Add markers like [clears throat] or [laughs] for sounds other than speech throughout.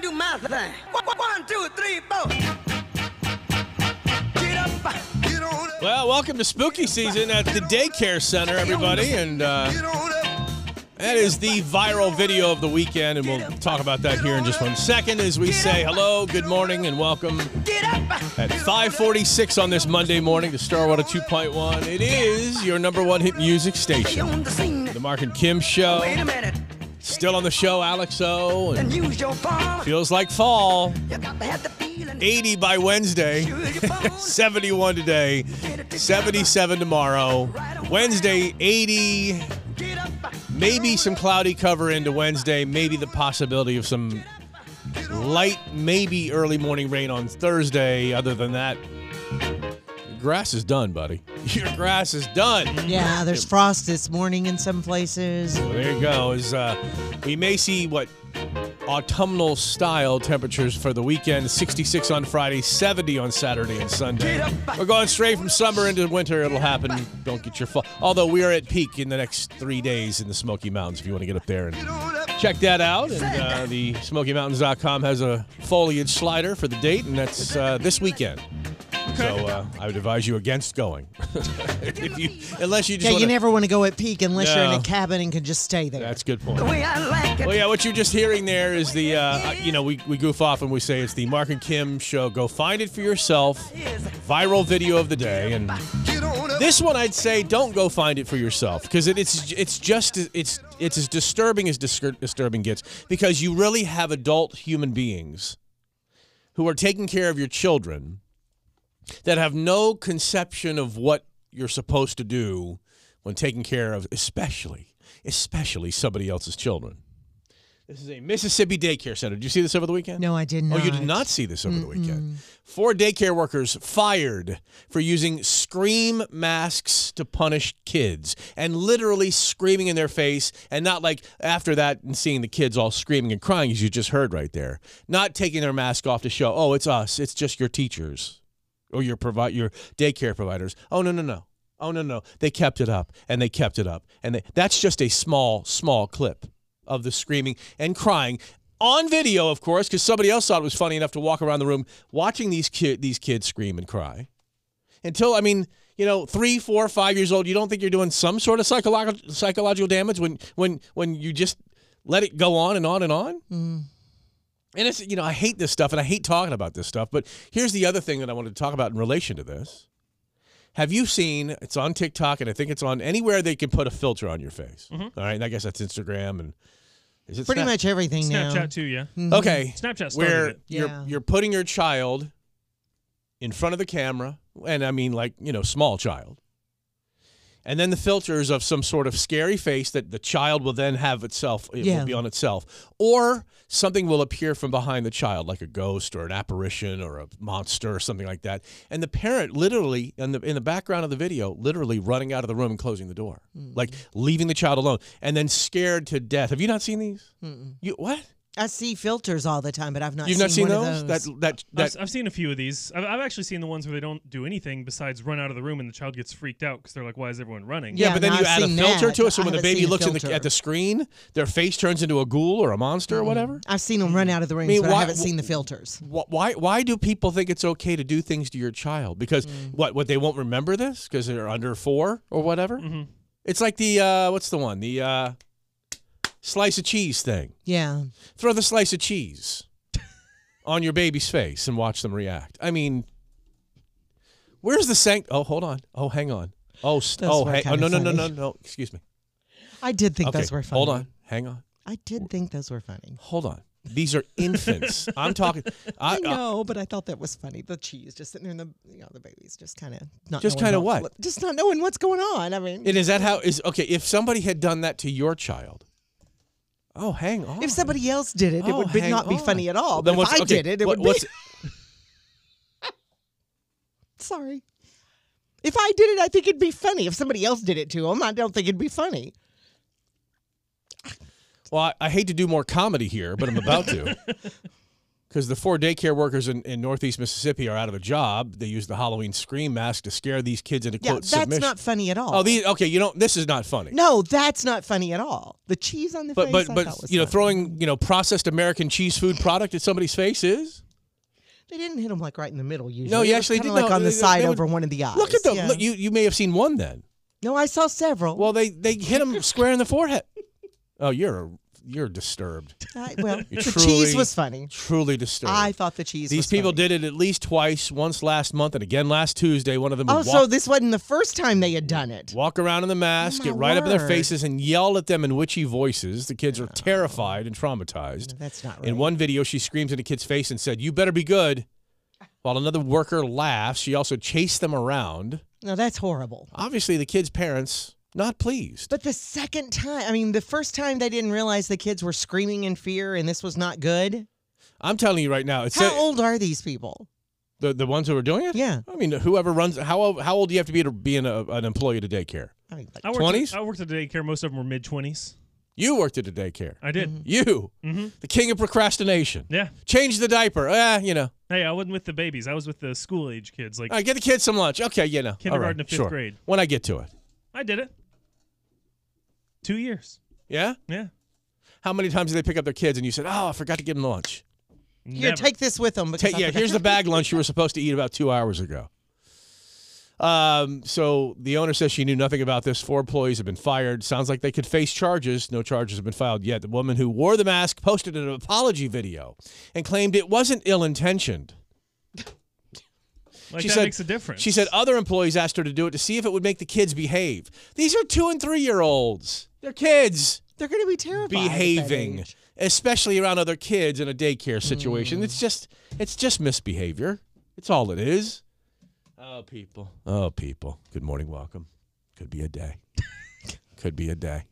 thing. One, one, two, three, four. Get up, get on up, Well, welcome to spooky season at the daycare center, everybody. And uh, get on up. that is the viral video of the weekend. And we'll talk about that here in just one second as we say hello, good morning, and welcome Get up. at 546 on this Monday morning to Starwater 2.1. It is your number one hit music Stay station. on the scene. The Mark and Kim Show. Wait a minute Still on the show, Alex O. And and use your palm. feels like fall. You got to have the feeling. 80 by Wednesday. [laughs] Use your phone. 71 today, 77 tomorrow, Wednesday 80, Get up. maybe some cloudy cover into Wednesday, maybe the possibility of some light, maybe early morning rain on Thursday. Other than that, your grass is done, buddy. [laughs] Your grass is done. [laughs] Yeah, there's frost this morning in some places. Well, there you go. Is uh, we may see what autumnal style temperatures for the weekend 66 on Friday, 70 on Saturday and Sunday. We're going straight from summer into winter. It'll happen. Don't get your fall. Although we are at peak in the next three days in the Smoky Mountains if you want to get up there and check that out. And uh, the SmokyMountains.com has a foliage slider for the date, and that's uh, this weekend. So uh, I would advise you against going, [laughs] if you, unless you just Yeah, want you never want to go at peak unless you're in No. a cabin and can just stay there. That's a good point. The way I like it. Well, yeah, what you're just hearing there is the, uh, you know, we, we goof off and we say it's the Mark and Kim show. Go find it for yourself. Viral video of the day. And Get on up. this one, I'd say, don't go find it for yourself because it, it's it's just it's it's as disturbing as discur- disturbing gets because you really have adult human beings who are taking care of your children that have no conception of what you're supposed to do when taking care of, especially especially somebody else's children. This is a Mississippi daycare center. Did you see this over the weekend? No, I did not. Oh, you did not see this over the weekend. Four daycare workers fired for using scream masks to punish kids and literally screaming in their face and not like after that and seeing the kids all screaming and crying as you just heard right there. Not taking their mask off to show, "Oh, it's us. It's just your teachers or your provi- your daycare providers." Oh, no, no, no. Oh, no, no. They kept it up and they kept it up. And they, that's just a small small clip of the screaming and crying on video, of course, because somebody else thought it was funny enough to walk around the room watching these ki- these kids scream and cry. Until I mean, you know, three, four, five years old, you don't think you're doing some sort of psychological psychological damage when when when you just let it go on and on and on. And it's you know I hate this stuff and I hate talking about this stuff. But here's the other thing that I wanted to talk about in relation to this. Have you seen? It's on TikTok and I think it's on anywhere they can put a filter on your face. All right, and I guess that's Instagram and is it Pretty Snap- much everything now. Snapchat too, yeah. Hmm. Okay. Snapchat started where it. you're Mm-hmm. Yeah. you're putting your child in front of the camera, and I mean like, you know, small child. And then the filters of some sort of scary face that the child will then have itself, it Yeah. will be on itself. Or something will appear from behind the child, like a ghost or an apparition or a monster or something like that. And the parent literally, in the, in the background of the video, literally running out of the room and closing the door, like Mm-hmm. leaving the child alone and then scared to death. Have you not seen these? You, what? I see filters all the time, but I've not You've seen not seen one those? of those. That that I've, that s- I've seen a few of these. I've, I've actually seen the ones where they don't do anything besides run out of the room, and the child gets freaked out because they're like, "Why is everyone running?" yeah, Yeah, but then no, you I've add a seen filter that, to it, but so I when the haven't baby seen a looks in the, filter. Mm-hmm. at the screen, their face turns into a ghoul or a monster or whatever. I've seen them run out of the rings, mean, but why- I haven't seen the filters. Wh- Why why do people think it's okay to do things to your child? Because Mm. what what they won't remember this because they're under four or whatever. Mm-hmm. It's like the uh, what's the one the uh, slice of cheese thing. Yeah. Throw the slice of cheese [laughs] on your baby's face and watch them react. I mean, where's the sanct? Oh, hold on. Oh, hang on. Oh, st- Those oh, were hang- oh, kinda no, no, no, no, funny. no. Excuse me. I did think those were funny. Hold on. Hang on. I did think those were funny. Hold on. These are [laughs] infants. I'm talking. I, uh, I I- know, but I thought that was funny. The cheese just sitting there, and the you know the baby's just kind of not Just knowing kinda what's- what? just not knowing what's going on. I mean, and is that how is okay? If somebody had done that to your child, oh, hang on. if somebody else did it, it Oh, would be- hang not be on. funny at all. Then but if what's- I okay, did it, it what- would what's- be sorry. If I did it, I think it'd be funny. If somebody else did it to him, I don't think it'd be funny. Well, I, I hate to do more comedy here, but I'm about to. because the four daycare workers in, in Northeast Mississippi are out of a job. They use the Halloween scream mask to scare these kids into Yeah, quote that's submission. not funny at all. oh, these okay. You don't. This is not funny. no, that's not funny at all. The cheese on the but face. but I but thought was you know, funny. throwing you know processed American cheese food product at somebody's face is. They didn't hit him like right in the middle usually. No, you It was actually kinda did- like no, on the they- they side would- over one of the eyes. Look at them. Yeah. Look, you you may have seen one then. no, I saw several. Well, they they hit [laughs] him square in the forehead. Oh, you're a, you're disturbed. I, [laughs] well You the truly- cheese was funny. Truly disturbed. I thought the cheese. These was people funny. did it at least twice. Once last month, and again last Tuesday. One of them would Oh, walk, so this wasn't the first time they had done it. walk around in the mask, Oh, my get right up in their word. faces, and yell at them in witchy voices. The kids are terrified and traumatized. That's not right. In one video, she screams in a kid's face and said, "You better be good." While another worker laughs, she also chased them around. no, that's horrible. Obviously, the kid's parents not pleased. But the second time, I mean, the first time they didn't realize the kids were screaming in fear and this was not good. I'm telling you right now, it's How old are these people? the the ones who are doing it. Yeah. I mean, whoever runs how how old do you have to be to be an, uh, an employee at a daycare? I mean, like, I worked 20s? At, I worked at a daycare. Most of them were mid twenties. You worked at a daycare. I did. You, the king of procrastination. Mm-hmm. Yeah. Change the diaper. Ah, you know. Hey, I wasn't with the babies. I was with the school age kids. Like All right, get the kids some lunch. Okay, you know. All right, Kindergarten to fifth sure. grade. When I get to it. I did it. Two years. Yeah. Yeah. How many times do they pick up their kids and you said, "Oh, I forgot to give them lunch." here, Never. take this with them. Because Take, I yeah, forgot- here's the bag lunch you were supposed to eat about two hours ago. Um, so the owner says she knew nothing about this. Four employees have been fired. Sounds like they could face charges. No charges have been filed yet. The woman who wore the mask posted an apology video and claimed it wasn't ill intentioned. like She that said- makes a difference. She said other employees asked her to do it to see if it would make the kids behave. These are two and three year olds. They're kids They're going to be terrified. at that behaving, age. especially around other kids in a daycare situation. It's just it's just misbehavior. It's all it is. Oh people. Oh people. Good morning, welcome. Could be a day. Could be a day.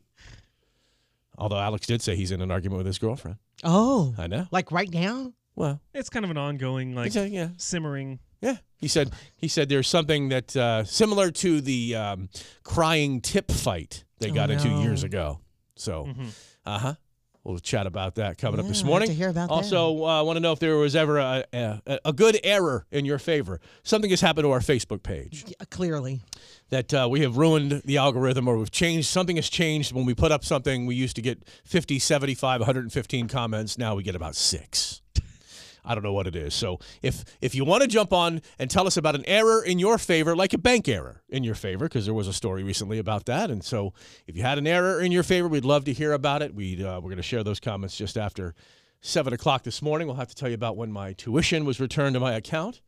Although Alex did say he's in an argument with his girlfriend. Oh, I know. like right now? Well, it's kind of an ongoing, like yeah, yeah. simmering. Yeah, he said. He said there's something that uh, similar to the um, crying tip fight they got into Oh, no. Mm-hmm. years ago. So, uh huh. We'll chat about that coming up Yeah, this I'd like morning. to hear about that. also, uh, want to know if there was ever a, a a good error in your favor. Something has happened to our Facebook page Yeah, clearly. that uh, we have ruined the algorithm or we've changed something has changed when we put up something we used to get 50 75 115 comments now we get about six i don't know what it is so if if you want to jump on and tell us about an error in your favor like a bank error in your favor because there was a story recently about that and so if you had an error in your favor we'd love to hear about it we'd uh, we're going to share those comments just after seven o'clock this morning we'll have to tell you about when my tuition was returned to my account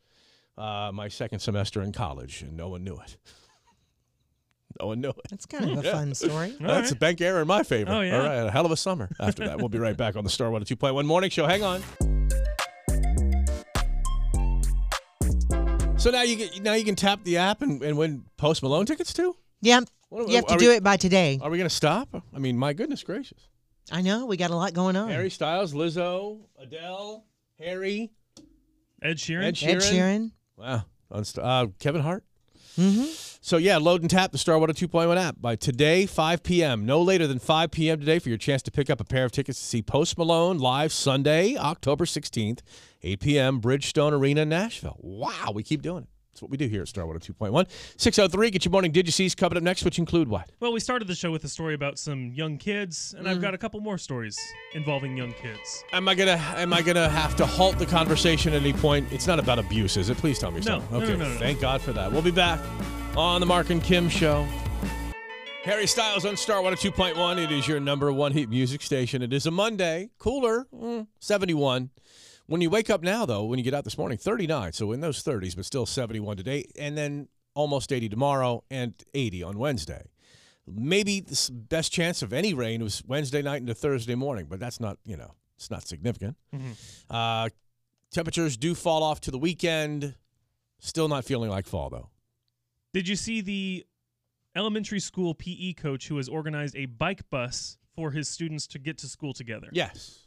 uh, my second semester in college and no one knew it no one knew Oh, it. That's kind of [laughs] a fun story. That's a bank error in my favor. Oh, yeah. All right, a hell of a summer after that. We'll be right back on the Star 102.1 Morning Show. Hang on. So now you can, now you can tap the app and, and win Post Malone tickets too? Yep. What- You have are to do we- it by today. Are we going to stop? I mean, my goodness gracious. I know. We got a lot going on. Harry Styles, Lizzo, Adele, Harry, Ed Sheeran. Ed Ed Sheeran. Sheeran. Wow. Unst- uh, Kevin Hart. So yeah, load and tap the Star 102.1 app by today 5 p.m. No later than 5 p.m. today for your chance to pick up a pair of tickets to see Post Malone live Sunday, October 16th, 8 p.m. Bridgestone Arena, in Nashville. Wow, we keep doing it. That's what we do here at Star 102.1. 603, get your morning did you see's coming up next, which include what? Well, we started the show with a story about some young kids, Mm-hmm. and I've got a couple more stories involving young kids. Am I gonna am I gonna have to halt the conversation at any point? It's not about abuse, is it? Please tell me No, so. no, no, Okay, no, no. thank God for that. We'll be back on the Mark and Kim show. Harry Styles on Star 102.1. It is your number one hit music station. It is a Monday, cooler, mm, 71. When you wake up now, though, when you get out this morning, 39. So in those 30s, but still 71 today, and then almost 80 tomorrow and 80 on Wednesday maybe the s- best chance of any rain was Wednesday night into Thursday morning, but that's not, you know, it's not significant. Mm-hmm. Uh, temperatures do fall off to the weekend. Still not feeling like fall, though. Did you see the elementary school PE coach who has organized a bike bus for his students to get to school together? Yes.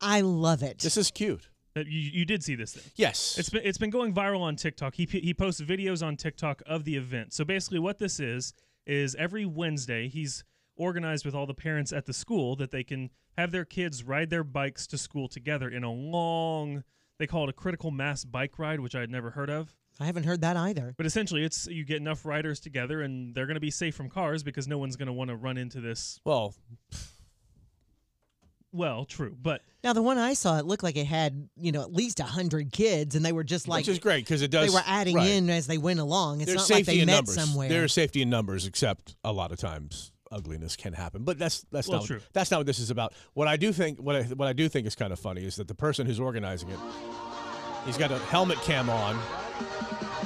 I love it. This is cute. That- You, you did see this thing. Yes. It's been it's been going viral on TikTok. He he posts videos on TikTok of the event. So basically, what this is is every Wednesday he's organized with all the parents at the school that they can have their kids ride their bikes to school together in a long They call it a critical mass bike ride, which I had never heard of. I haven't heard that either. But essentially, it's you get enough riders together, and they're going to be safe from cars because no one's going to want to run into this. Well, Well, true, but Now the one I saw, it looked like it had you know at least hundred kids, and they were just like which is great because it does. they were adding right. in as they went along. It's There's not like safety they in met numbers. somewhere. There's safety in numbers, except a lot of times ugliness can happen. But that's that's Well, not true. that's not what this is about. What I do think what I what I do think is kind of funny is that the person who's organizing it, he's got a helmet cam on,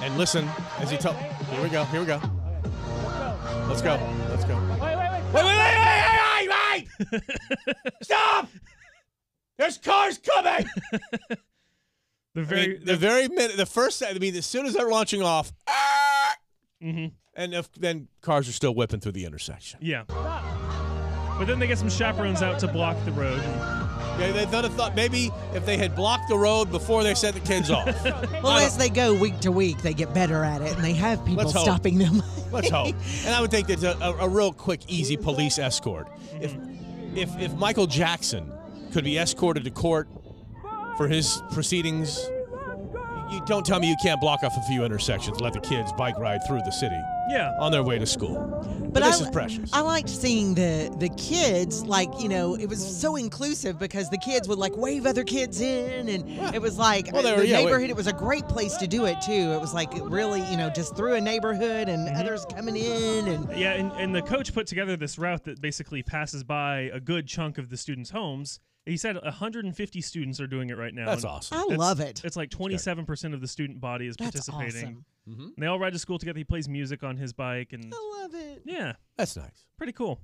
and listen as he tells. Here we go. Here we go. Let's go. Let's go. Wait, wait, wait. Wait, wait, wait, wait, wait, wait, [laughs] wait! Stop! There's cars coming! the I very mean, the very minute, the first, I mean, as soon as they're launching off, ah! Mhm. and if, then cars are still whipping through the intersection. yeah. But then they get some chaperones out to block the road. and- They, they thought, thought maybe if they had blocked the road before they sent the kids off. well, as they go week to week, they get better at it, and they have people Let's hope. stopping them. Let's hope. And I would think that's a, a, a real quick, easy police escort. If, if, if Michael Jackson could be escorted to court for his proceedings, you don't tell me you can't block off a few intersections, let the kids bike ride through the city Yeah. on their way to school. But, this I, is precious. I liked seeing the the kids like you know it was so inclusive because the kids would like wave other kids in and it was like Well, they uh, were- the yeah, we- neighborhood. It was a great place to do it too. It was like really you know just through a neighborhood and Mm-hmm. others coming in and Yeah, and, and the coach put together this route that basically passes by a good chunk of the students' homes. He said 150 students are doing it right now. That's and awesome. I it's- love it. It's like 27% of the student body is That's participating. awesome. Hmm? Oh. And they all ride to school together. He plays music on his bike, and I love it. yeah, That's nice. pretty cool.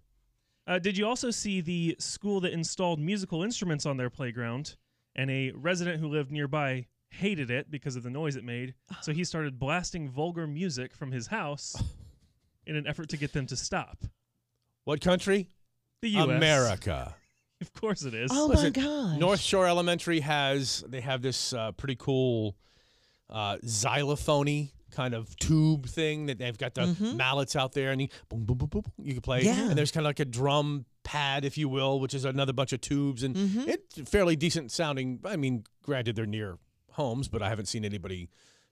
Uh, did you also see the school that installed musical instruments on their playground? And a resident who lived nearby hated it because of the noise it made. So he started blasting vulgar music from [laughs] his house in an effort to get them to stop. What country? The U.S. America. Of course it is. Oh my Listen, god. North Shore Elementary has they have this uh, pretty cool uh, xylophony kind of tube thing that they've got the mallets out there and you, boom, boom, boom, boom, boom, you can play. Mm-hmm. Yeah. And there's kind of like a drum pad, if you will, which is another bunch of tubes and Mm-hmm. it's fairly decent sounding. I mean, granted they're near homes, but I haven't seen anybody,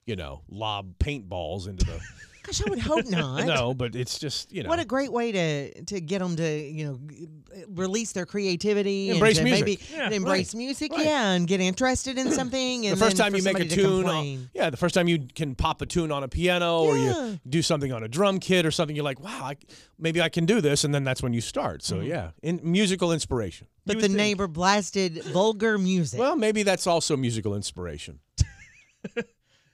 you know, lob paintballs into [laughs] the Gosh, I [laughs] would hope not. no, but it's just you know What a great way to to get them to you know g- release their creativity, and Embrace to music. maybe Yeah, to embrace music, right. yeah, and get interested in something. And the first then time for you make a somebody to tune, on, complain. yeah, the first time you can pop a tune on a piano or you do something on a drum kit or something, you're like, wow, I, maybe I can do this, and then that's when you start. Mm-hmm. So yeah, in musical inspiration. but would the think- neighbor blasted vulgar music. Well, maybe that's also musical [laughs] inspiration.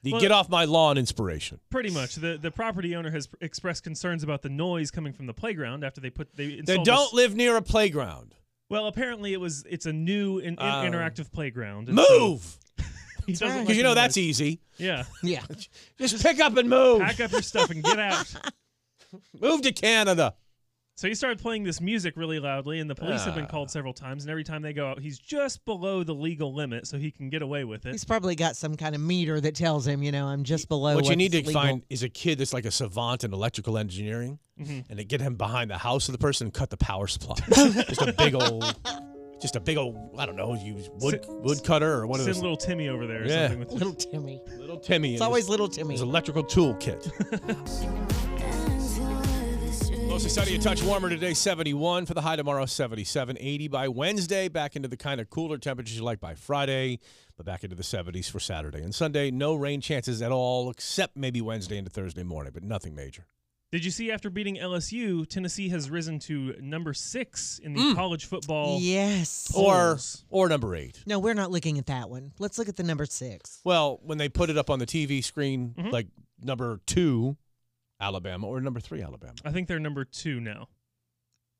the Well- get off my lawn inspiration. Pretty much. The the property owner has expressed concerns about the noise coming from the playground after they put they They installed don't this- live near a playground. Well, apparently it was it's a new in, in- Oh. interactive playground. and so Move, he doesn't right. like because you know the that's e- noise. easy. yeah. yeah, Just pick up and move. Pack up your stuff and [laughs] get out. Move to Canada. So he started playing this music really loudly, and the police have been Ah. called several times. And every time they go out, he's just below the legal limit, so he can get away with it. he's probably got some kind of meter that tells him, you know, I'm just below. What you what's need to legal. find is a kid that's like a savant in electrical engineering, Mm-hmm. and to get him behind the house of the person and cut the power [laughs] supply. just a big old, just a big old. I don't know. Use wood Send- wood cutter or one of Send those little Timmy over there or Yeah. something. With [laughs] little Timmy. little Timmy. It's always little Timmy. his electrical tool kit. [laughs] Mostly sunny, a touch warmer today, 71 for the high tomorrow, 77, 80 by Wednesday. Back into the kind of cooler temperatures you like by Friday, but back into the 70s for Saturday and Sunday. No rain chances at all, except maybe Wednesday into Thursday morning, but nothing major. Did you see after beating LSU, Tennessee has risen to number six in the Mm. college football? Yes. or Holes. or number eight. no, we're not looking at that one. Let's look at the number six. Well, when they put it up on the TV screen, Mm-hmm. like number two, Alabama, or number three, Alabama. I think they're number two now.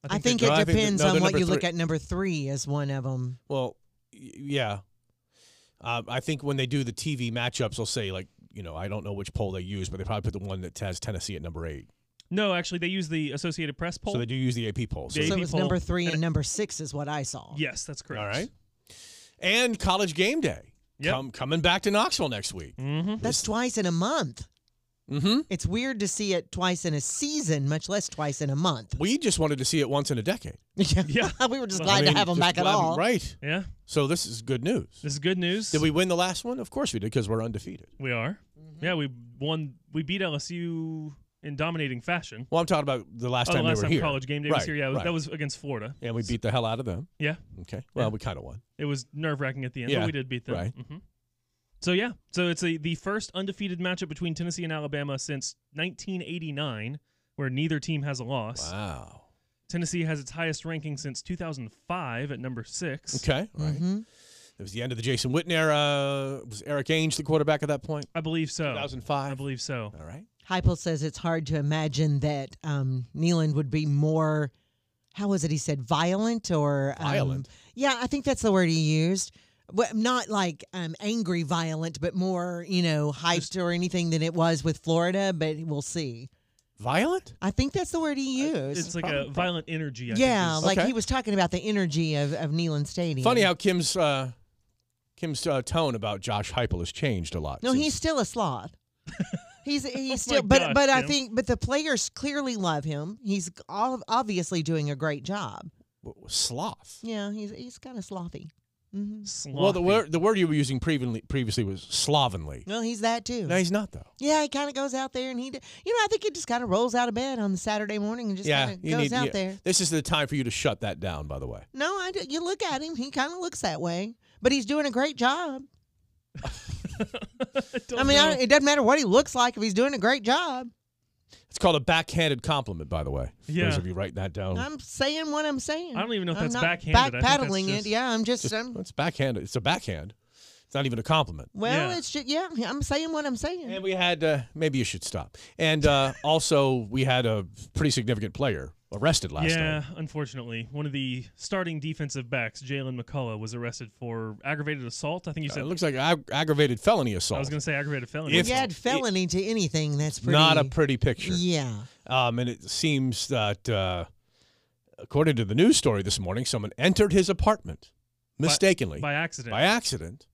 I think, they're- no, I it think they're- depends no, they're on what number you look three. at. Number three as one of them. Well, y- yeah. Um, I think when they do the TV matchups, they'll say like, you know, I don't know which poll they use, but they probably put the one that has Tennessee at number eight. No, actually, they use the Associated Press poll. So they do use the AP poll. So They- So AP it was poll. number three And and number six is what I saw. yes, that's correct. all right. And college game day. Yep. Come, coming back to Knoxville next week. Mm-hmm. That's twice in a month. Mm-hmm. It's weird to see it twice in a season, much less twice in a month. [laughs] We just wanted to see it once in a decade. [laughs] Yeah. we were just Well, glad I mean, to have them just back at glad- all. Right. Yeah, So this is good news. this is good news. Did we win the last one? Of course we did because we're undefeated. We are. Yeah, we won. We beat LSU in dominating fashion. Well, I'm talking about the last oh, time the we last were time here. college game day was Right, here. Yeah, right. that was against Florida. And we beat the hell out of them. Yeah, Okay. Well, Yeah. we kind of won. it was nerve wracking at the end, Yeah, but we did beat them. right. hmm So yeah, so it's a, the first undefeated matchup between Tennessee and Alabama since 1989, where neither team has a loss. Wow. Tennessee has its highest ranking since 2005 at number six. Okay. All right. Mhm. It was the end of the Jason Witten era. Was Eric Ainge the quarterback at that point? I believe so. Oh, I 2005. believe so. All right. Heupel says it's hard to imagine that um, Neeland would be more. How was it? He said violent or um, Violent? Yeah, I think that's the word he used. Well, not like um, angry violent, but more you know hyped or anything than it was with Florida. But we'll see. Violent? I think that's the word he used. It's like a violent energy. I yeah, think is- like Okay. he was talking about the energy of, of Neyland Stadium. Funny how Kim's uh, Kim's uh, tone about Josh Heupel has changed a lot. No, since- he's still a [laughs] sloth. He's he's Oh my still, but gosh, but I Kim. think but the players clearly love him. He's all, obviously doing a great job. w- w- sloth. Yeah, he's he's kind of slothy. hmm Well, the slothy. word the word you were using previously previously was slovenly. Well, he's that too. No, he's not though. yeah, he kind of goes out there and he, d- you know, I think he just kind of rolls out of bed on the Saturday morning and just yeah, kind of goes out yeah. there. This is the time for you to shut that down. By the way, No, I do, you look at him, he kind of looks that way, but he's doing a great [laughs] job. don't I mean, I, know. it doesn't matter what he looks like if he's doing a great job. it's it's called a backhanded compliment. By the way, for Yeah. those of you writing that down. I'm saying what I'm saying. Oh. I don't even know if I'm that's not backhanded. I think that's Backpedaling [laughs] just- it. Yeah, I'm just, Just- I'm, well, it's backhanded. It's a backhand. It's not even a compliment. Well, Yeah. it's just yeah. I'm saying what I'm saying. And we had uh, maybe you should stop. And uh, also we had a pretty significant player arrested last yeah, night. unfortunately, one of the starting defensive backs, Jalen McCullough, was arrested for aggravated assault. I think you Uh, said. it looks like ag- aggravated felony I assault. was going to say aggravated felony. If- if you add felony to anything, that's pretty. Not a pretty picture. Yeah. Um, and it seems that, uh, according to the news story this morning, someone entered his apartment mistakenly by accident. by accident.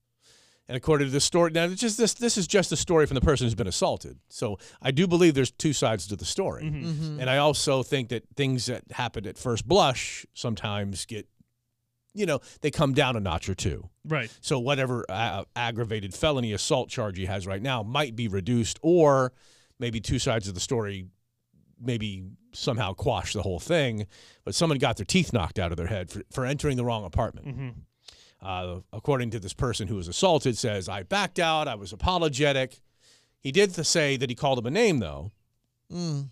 And according to the story, now it's just this this is just a story from the person who's been assaulted. So I do believe there's two sides to the Mm-hmm. story, Mm-hmm. and I also think that things that happen at first blush sometimes get, you know, they come down a notch or two. right. So whatever uh, aggravated felony assault charge he has right now might be reduced, or maybe two sides of the story maybe somehow quash the whole thing. But someone got their teeth knocked out of their head for, for entering the wrong apartment. Uh, according to this person who was assaulted, says I backed out. I was apologetic. He did th- say that he called him a name though, Mm.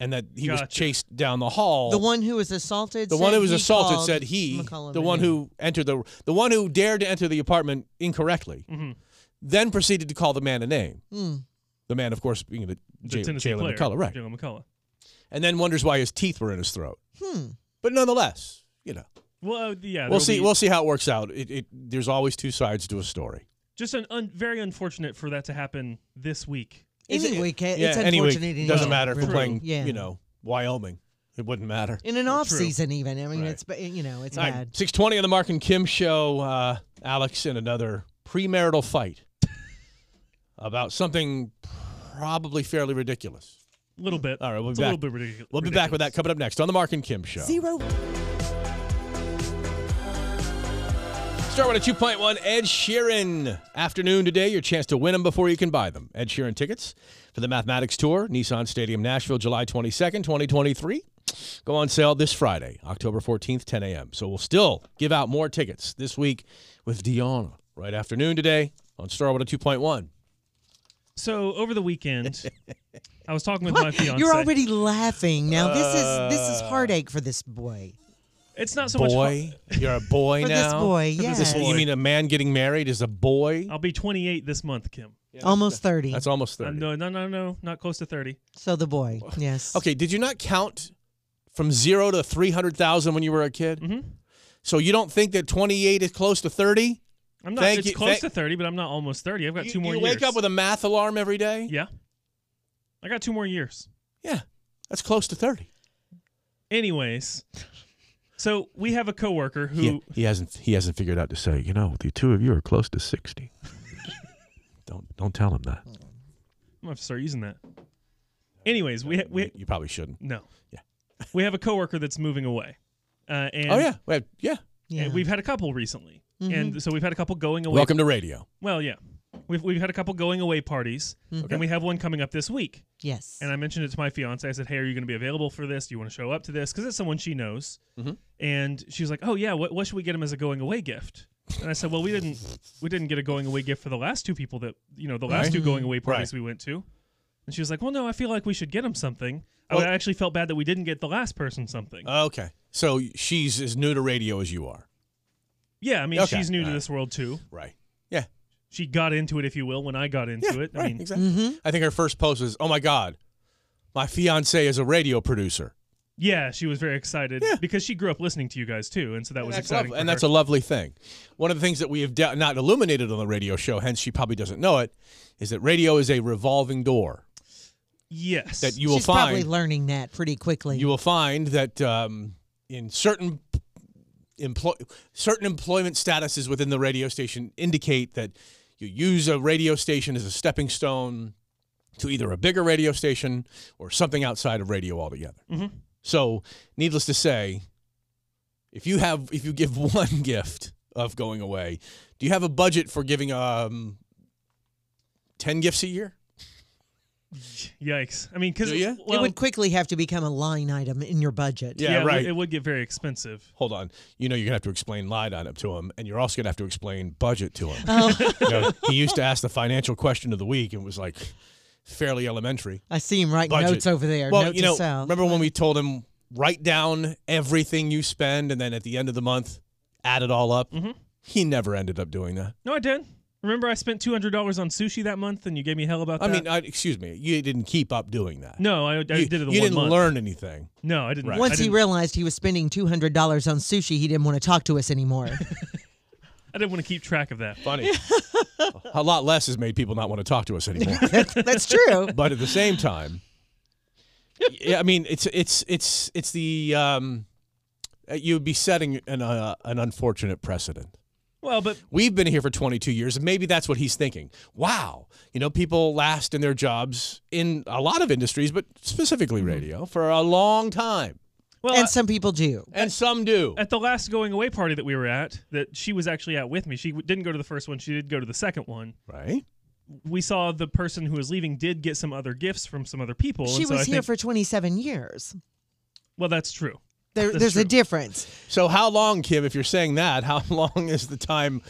and that he was Gotcha. chased down the hall. The one who was assaulted. The said one who was he assaulted called said he, McCollum the a one name. who entered the, the one who dared to enter the apartment incorrectly, Mhm. then proceeded to call the man a name. Mm. The man, of course, being the, The J- Tennessee Jalen player, McCullough, right? Jalen McCullough. And then wonders why his teeth were in his throat. Hmm. But nonetheless, you know, Well, uh, yeah. we'll there'll see. be- We'll see how it works out. It, it, there's always two sides to a story. just an un- very unfortunate for that to happen this week. Is Any it- week, it- yeah, it's anyway, unfortunate. it doesn't anyway, matter if we're really. playing, Yeah. you know, Wyoming. It wouldn't matter. in an off season, even. I mean, Right. it's but you know, it's All right, bad. 620 on the Mark and Kim show. Uh, Alex in another premarital fight [laughs] about something probably fairly ridiculous. A little bit. Hmm. All right, we'll be it's back. a little bit ridiculous. We'll be back with that coming up next on the Mark and Kim show. Zero. Start with a 2.1 Ed Sheeran afternoon today. Your chance to win them before you can buy them. Ed Sheeran tickets for the Mathematics Tour, Nissan Stadium, Nashville, July 22nd, 2023. Go on sale this Friday, October 14th, 10 a.m. So we'll still give out more tickets this week with Deanna right afternoon today on Starwater 2.1. So over [laughs] the weekend, I was talking with my fiance. You're already laughing now. This is this is Uh, heartache for this boy. It's not so much. boy, you're a boy For now. this boy, Oh, For yeah. this This- you mean a man getting married is a boy? I'll be 28 this month, Kim. Almost thirty. That's almost Uh, 30. no, no, no, no, not close to 30. so the boy. Yes. Okay, did you not count from zero to 300,000 when you were a kid? Mhm. So you don't think that 28 is close to 30? I'm not. Thank it's you- close thank- to 30, but I'm not almost 30. I've got you two more you years. wake up with a math alarm every day? Yeah. I got two more years. Yeah, that's close to 30. [laughs] Anyways, so we have a coworker who He, he hasn't he hasn't figured out to say, you know, the two of you are close to 60. [laughs] don't don't tell him that. I'm gonna have to start using that. Anyways, we we you probably shouldn't. no. Yeah. [laughs] we have a coworker that's moving away. Uh, and Oh yeah, Well, yeah. Yeah. and we've had a couple recently. And so we've had a couple going away. Welcome to radio. Well, yeah. We've, we've had a couple going away parties, and we have one coming up this week. yes. And I mentioned it to my fiance. I said, "Hey, are you going to be available for this? Do you want to show up to this? Because it's someone she knows." Mm-hmm. And she's like, "Oh yeah, what, what should we get him as a going away gift?" And I said, "Well, we didn't we didn't get a going away gift for the last two people that you know the last Right. Mm-hmm. two going away parties Right. we went to." And she was like, "Well, no, I feel like we should get him something." I I actually felt bad that we didn't get the last person something. Okay, so she's as new to radio as you are, yeah, I mean, okay, she's new to alright. this world too. right? Yeah, She got into it, if you will, when I got into yeah, it. right, I mean, exactly. Mm-hmm. I think her first post was, "Oh my God, my fiance is a radio producer." yeah, she was very excited Yeah. because she grew up listening to you guys too, and so that was that's exciting. lovely- for and her. that's a lovely thing. One of the things that we have de- not illuminated on the radio show, hence she probably doesn't know it, is that radio is a revolving door yes. that you will She's probably find. learning that pretty quickly. You will find that um, in certain employ certain employment statuses within the radio station indicate that you use a radio station as a stepping stone to either a bigger radio station or something outside of radio altogether. So, needless to say, if you have if you give [laughs] one gift of going away, do you have a budget for giving um 10 gifts a year? Yikes! I mean, because Do ya? well, it would quickly have to become a line item in your budget. Yeah. yeah, it would- right. It, would get very expensive. hold on. You know, you're gonna have to explain line item to him, and you're also gonna have to explain budget to him. Oh. You know, he used to ask the financial question of the week, and it was like fairly elementary. I see him writing Budget. notes over there. well, note you to know, self. remember when we told him write down everything you spend, and then at the end of the month, add it all up. Mm-hmm. He never ended up doing that. No, I did. Remember, I spent two hundred dollars on sushi that month, and you gave me hell about I that. mean, I, excuse me, you didn't keep up doing that. no, I, I you, did it. The you one didn't month. learn anything. No, I didn't. Right. I Once he didn't- realized he was spending two hundred dollars on sushi, he didn't want to talk to us anymore. [laughs] I didn't want to keep track of that. [laughs] Funny. a lot less has made people not want to talk to us [laughs] anymore. That's- [laughs] that's true. but at the same time, yeah, I mean, it's it's it's it's the um, uh, you would be setting an uh, an unfortunate precedent. Well, but We've been here for 22 years, and maybe that's what he's thinking. Wow, you know, people last in their jobs in a lot of industries, but specifically radio for a long time, well, And some people do. and some do. at the last going away party that we were at, that she was actually at with me. She w- didn't go to the first one. She did go to the second one. Right? We saw the person who was leaving did get some other gifts from some other people. She and so was I here think- for twenty-seven years. Well, that's true. There, That's there's a true. difference. So how long, Kim? If you're saying that, how [laughs] long is the time?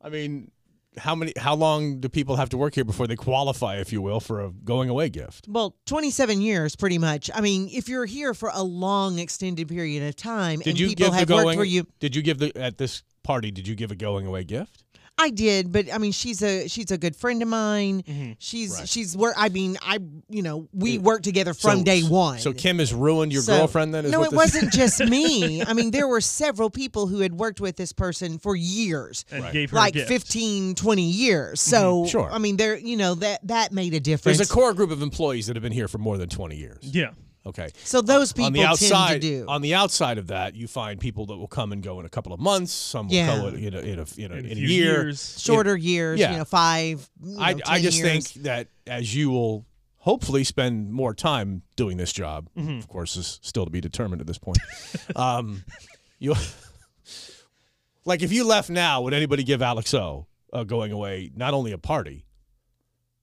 I mean, how many? How long do people have to work here before they qualify, if you will, for a going away gift? Well, 27 years, pretty much. I mean, if you're here for a long, extended period of time, Did and you people give the have worked going? for you, Did you give the at this party? Did you give a going away gift? I did. But I mean, she's a she's a good friend of mine. She's Mm-hmm. Right. she's where I mean, I you know we worked together from So- day one. So Kim has ruined your So- girlfriend. Then is no, what it this- wasn't just me. I mean, there were several people who had worked with this person for years. And gave her a like gift. fifteen, twenty 15 20 years so Mm-hmm. Sure. i mean there you know that that made a [laughs] difference There's a core group of employees that have been here for more than 20 years. Yeah. Okay. so those people on the outside, tend to do on the outside of that, you find people that will come and go in a couple of months. Some will Yeah. go in, in a, in a, in a, Uh, in a few year. years. shorter years Yeah. you know five you know, I, 10 I just years. think that as you will hopefully spend more time doing this job, Mm-hmm. of course, is still to be determined at this [laughs] point. um, you [laughs] like if you left now, would anybody give Alex O uh, going away not only a party,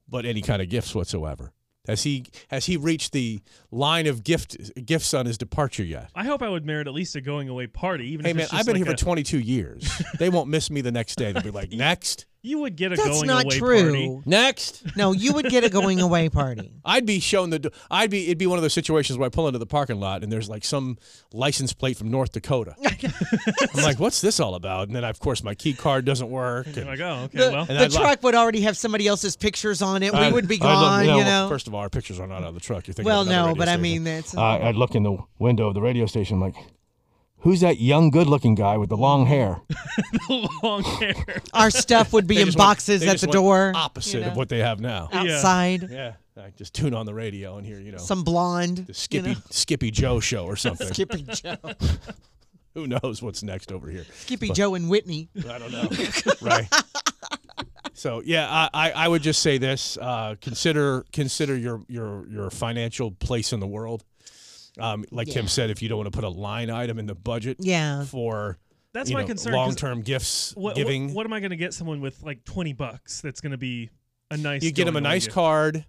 but any kind of gifts whatsoever? Has he has he reached the line of gift gifts on his departure yet? I hope I would merit at least a going away party. Even Hey if man, it's just I've been like here a- for 22 [laughs] years. they won't miss me the next day. They'll be like, next, You would get a that's going not away true party. next. no you would get a going away [laughs] party I'd be shown the. do- I'd be. It'd be one of those situations where I pull into the parking lot and there's like some license plate from North [laughs] Dakota. I'm like, what's this all about? And then of course my key card doesn't work. You're And, like, oh, okay, the, well, And the I'd like- truck would already have somebody else's pictures on it we I'd- would be I'd love- gone you know First of all, our pictures are not out of the truck. You're thinking well of another no radio but i station. mean that's Uh, I'd look in the window of the radio station like, who's that young, good-looking guy with the long hair? [laughs] long hair. our stuff would [laughs] be They in just went- boxes they at just the went door Uh, opposite of what they have now. Yeah. outside Yeah, I just tune on the radio and hear you know some blonde the Skippy [laughs] Skippy Joe show or something. [laughs] [laughs] skippy joe Who knows what's next over here? [laughs] skippy joe and whitney I don't know. right. So yeah, I, I, I would just say this: uh, consider consider your your your financial place in the world. Um, like Tim Yeah. said, if you don't want to put a line item in the budget Yeah. for That's you my know, concern. 'cause long-term gifts what, what- giving, What, am I going to get someone with like twenty bucks? That's going to be a nice. you get going them a away nice gift? card,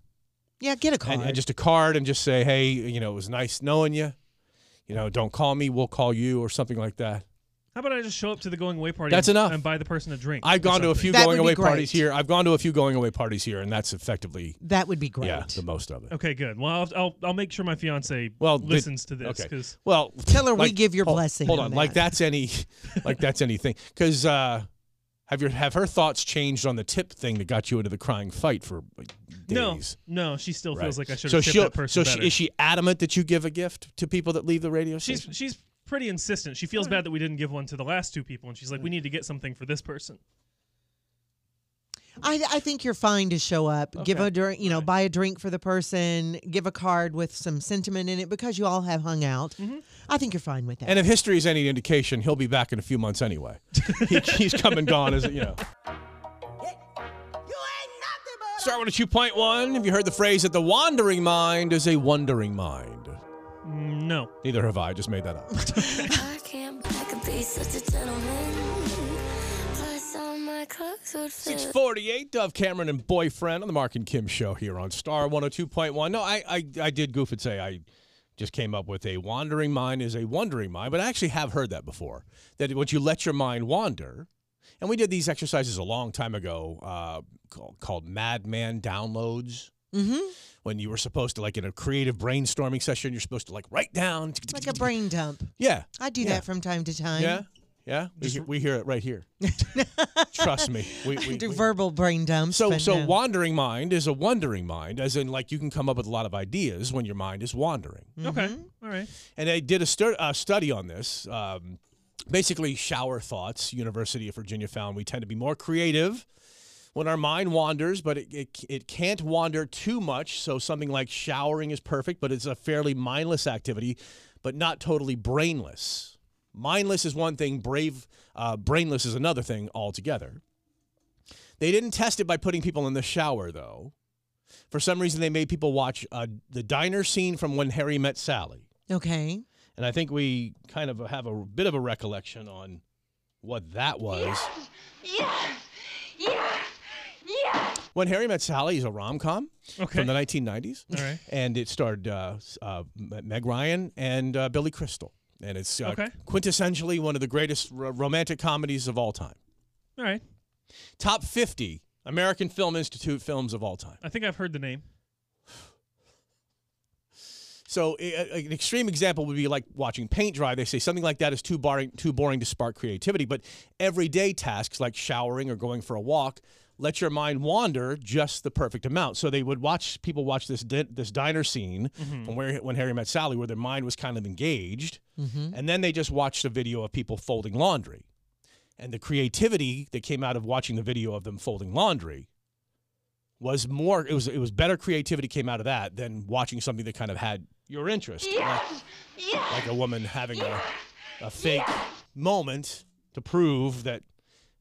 Yeah, get a card. And, and just a card and just say, hey, you know, it was nice knowing you. You know, don't call me, we'll call you or something like that. How about I just show up to the going away party? That's and, enough. And buy the person a drink. I've or gone to a something? few That going would be away parties great. here. I've gone to a few going away parties here, and that's effectively that would be great. yeah the most of it. Okay, good. Well, I'll I'll, I'll make sure my fiance Well, did- listens to this okay. because Well, Tell her we give your hold- blessing Hold on, on like that. that's any, like that's anything. Because uh, have your have her thoughts changed on the tip thing that got you into the crying fight for like, no, days? no, she still feels Right. like I should So have she tipped that person so she, better. is she adamant that you give a gift to people that leave the radio station? she's she's pretty insistent. She feels bad that we didn't give one to the last two people, and she's like, we need to get something for this person. I, I think you're fine to show up, give Okay. a drink, you know, buy a drink for the person, give a card with some sentiment in it because you all have hung out. I think you're fine with that. And if history is any indication, he'll be back in a few months anyway. he, he's come and gone, as you know. You ain't nothing but Start with a two point one. Have you heard the phrase that the wandering mind is a wandering mind? Mm, No, Neither have I. I Just made that up. [laughs] I can't. I could be such a gentleman. Plus, all my clothes would fit. 648 Dove Cameron and boyfriend on the Mark and Kim show here on Star 102.1. No, I, I I did goof and say I just came up with a wandering mind is a wandering mind, but I actually have heard that before. That once you let your mind wander, and we did these exercises a long time ago uh, called, called Madman Downloads. mm-hmm. When you were supposed to, like in a creative brainstorming session, you're supposed to like write down. Like a brain dump. Yeah. I do Yeah. that from time to time. Yeah. Yeah. We, hear- we hear it right here. Trust me. We, I we, do we- verbal brain dumps. So, but so no. wandering mind is a wandering mind, as in like you can come up with a lot of ideas when your mind is wandering. okay, Mm-hmm. all right. And they did a stur uh, study on this. Um, basically, shower thoughts. University of Virginia found we tend to be more creative when our mind wanders, but it, it it can't wander too much. So something like showering is perfect, but it's a fairly mindless activity, but not totally brainless. Mindless is one thing. Brave, uh, brainless is another thing altogether. They didn't test it by putting people in the shower, though. For some reason, they made people watch uh, the diner scene from When Harry Met Sally. Okay. And I think we kind of have a bit of a recollection on what that was. Yes, yes, yes. When Harry Met Sally is a rom com Okay. from the 1990s. All right. And it starred uh, s- uh, M- Meg Ryan and uh, Billy Crystal. And it's uh, Okay. quintessentially one of the greatest r- romantic comedies of all time. All right. Top 50 American Film Institute films of all time. I think I've heard the name. So a- a- an extreme example would be like watching paint dry. They say something like that is too boring, too boring to spark creativity. But everyday tasks like showering or going for a walk let your mind wander just the perfect amount. So they would watch people watch this di- this diner scene from where when Harry met Sally, where their mind was kind of engaged, and then they just watched a video of people folding laundry, and the creativity that came out of watching the video of them folding laundry was more it was it was better creativity came out of that than watching something that kind of had your interest like, like a woman having a, a fake moment to prove that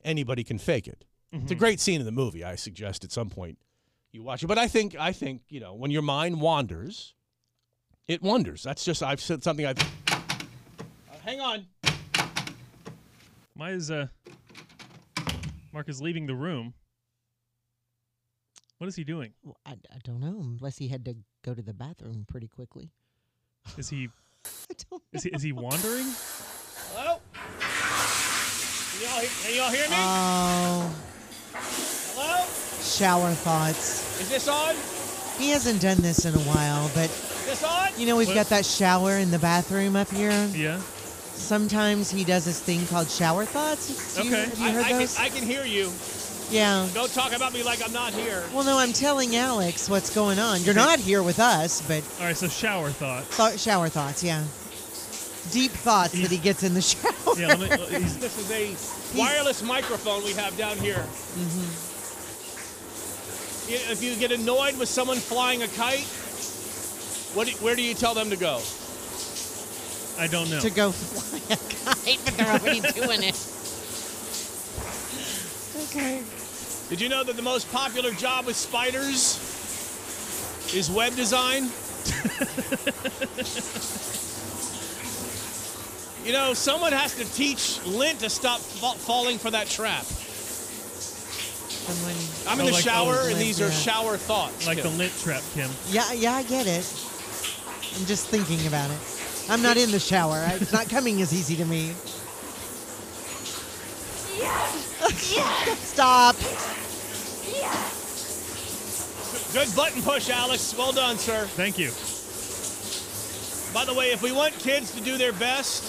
anybody can fake it it's a great scene in the movie i suggest at some point you watch it but i think i think you know when your mind wanders it wanders that's just i've said something i've Uh, hang on Why is uh Mark is leaving the room? What is he doing? Well, I, I don't know, unless he had to go to the bathroom pretty quickly. [laughs] Is he I [laughs] don't know. is he is he wandering? [laughs] hello can y'all, he- can y'all hear me Oh, hello shower thoughts. is this on He hasn't done this in a while, but is this on you know, we've What- got that shower in the bathroom up here. Yeah. Sometimes he does this thing called shower thoughts. Do you- Okay. have you heard those? can hear you. yeah. Don't talk about me like I'm not here. Well, no, I'm telling Alex what's going on. You're not here with us, but All right. So shower thoughts. thought, shower thoughts, yeah. Deep thoughts that he gets in the [laughs] shower. Yeah. Let me, uh, he's, This is a wireless microphone we have down here. Mm-hmm. Yeah, If you get annoyed with someone flying a kite, what do, where do you tell them to go? I don't know. to go fly a kite, but they're already doing it. Okay. Did you know that the most popular job with spiders is web design? [laughs] you know, someone has to teach Lint to stop fa- falling for that trap. Someone. I'm Oh, in the like the shower, lint, and these are yeah. shower thoughts. Like the Kim. lint trap, Kim. Yeah, yeah, I get it. I'm just thinking about it. I'm not in the shower. I- It's not coming as easy to me. Stop. Good button push, Alex. Well done, sir. Thank you. By the way, if we want kids to do their best,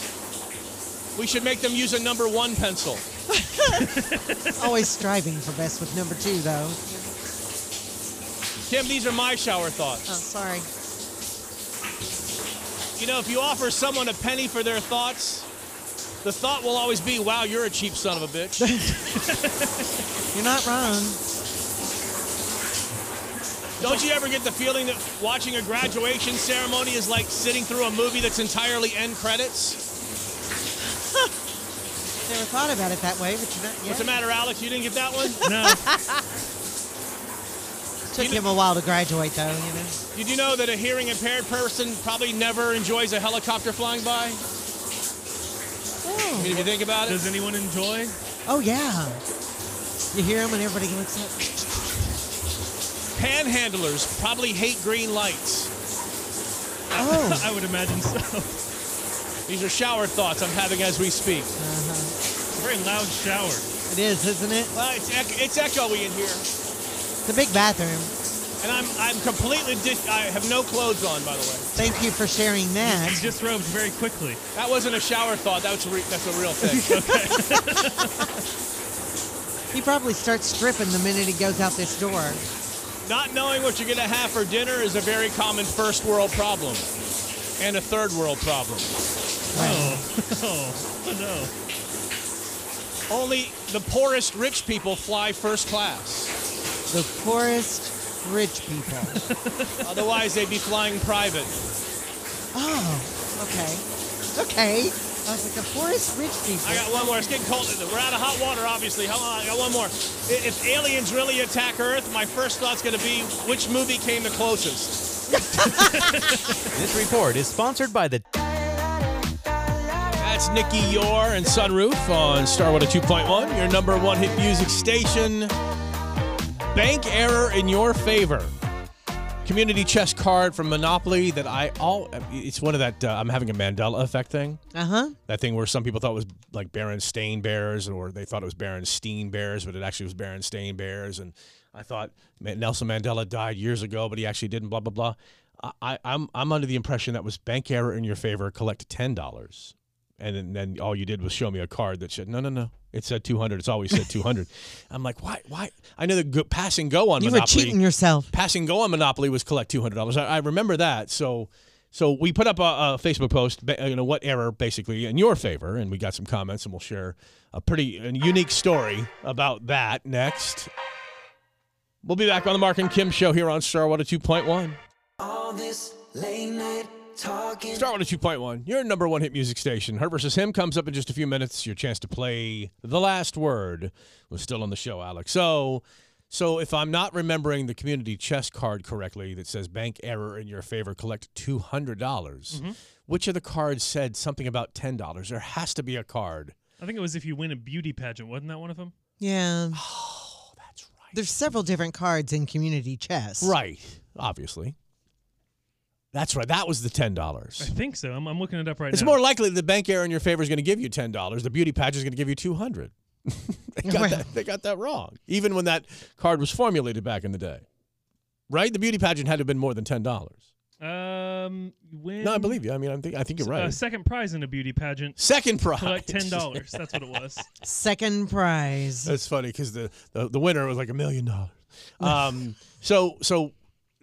we should make them use a number one pencil. Always striving for best with number two, though. Kim, these are my shower Oh, thoughts. sorry. You know, if you offer someone a penny for their thoughts, the thought will always be, wow, you're a cheap son of a [laughs] bitch. You're not wrong. Don't you ever get the feeling that watching a graduation ceremony is like sitting through a movie that's entirely end credits? Never thought about it that way, but you're not. Yeah. What's the matter, Alex? You didn't get that [laughs] one? [laughs] No, Took him a while to graduate, though. You know. Did you know that a hearing impaired person probably never enjoys a helicopter flying by? I mean, if you think about it, does anyone enjoy? Oh yeah. You hear him and everybody looks up. panhandlers probably hate green lights. Oh. [laughs] I would imagine so. These are shower thoughts I'm having as we speak. Very loud shower. Uh-huh. It is, isn't it? Well, it's, ec- it's echoey in here, It's a big bathroom. and I'm I'm completely dis- I have no clothes on, by the way. Thank you for sharing You that. disrobed very quickly. That wasn't a shower thought. That's re- that's a real [laughs] thing. He probably starts stripping the minute he goes out this door. Not knowing what you're gonna have for dinner is a very common first world problem, and a third world problem. Oh, oh, oh Only the poorest rich people fly first class. The poorest rich [laughs] people. Otherwise, they'd be flying private. Oh, okay. Okay. I was like, the poorest rich people. I got one more. It's getting cold. We're out of hot water, obviously. How long? I got one more. I- If aliens really attack Earth, my first thought's going to be which movie came the closest. This report is sponsored by the That's Nikki Yore and Sunroof on Starwood at 2.1, your number one hit music station. Bank error in your favor. Community chess card from Monopoly that I all. It's one of that. Uh, I'm having a Mandela effect thing. Uh huh. That thing where some people thought was like Baron Stain Bears, or they thought it was Baron Steen Bears, but it actually was Baron Stain Bears. And I thought Man- Nelson Mandela died years ago, but he actually didn't. Blah blah blah. I, I, I'm I'm under the impression that was bank error in your favor. Collect ten dollars, and then, then all you did was show me a card that said no no no. It said two hundred. It's always said two [laughs] hundred. I'm like why why? I know the go- pass and go on You were Monopoly cheating yourself. passing go on Monopoly was collect two hundred dollars. I, I remember that. So, so we put up a, a Facebook post, ba- you know, what error basically in your favor, and we got some comments, and we'll share a pretty and unique story about that next. We'll be back on the Mark and Kim show here on Starwater 2.1. Starwater 2.1, your number one hit music station. Her versus him comes up in just a few minutes. Your chance to play the last word was still on the show, Alex. So, so if I'm not remembering the community chess card correctly that says bank error in your favor, collect two hundred dollars. Mm-hmm. Which of the cards said something about ten dollars? There has to be a card. I think it was if you win a beauty pageant, wasn't that one of them? Yeah. Oh, That's right. There's several different cards in community chess. Right, obviously. That's right. That was the ten I dollars. think so. I'm, I'm looking it up right It's now. more likely the bank error in your favor is going to give you ten dollars. The beauty pageant is going to give you two hundred. [laughs] they got that. They got that wrong. Even when that card was formulated back in the day, right? The beauty pageant had to have been more than ten dollars. Um, win. No, I believe you. I mean, I think I think you're uh, right. second prize in a beauty pageant. Second prize, [laughs] Collect ten dollars. That's what it was. Second prize. That's funny because the, the the winner was like a million [laughs] dollars. Um, so so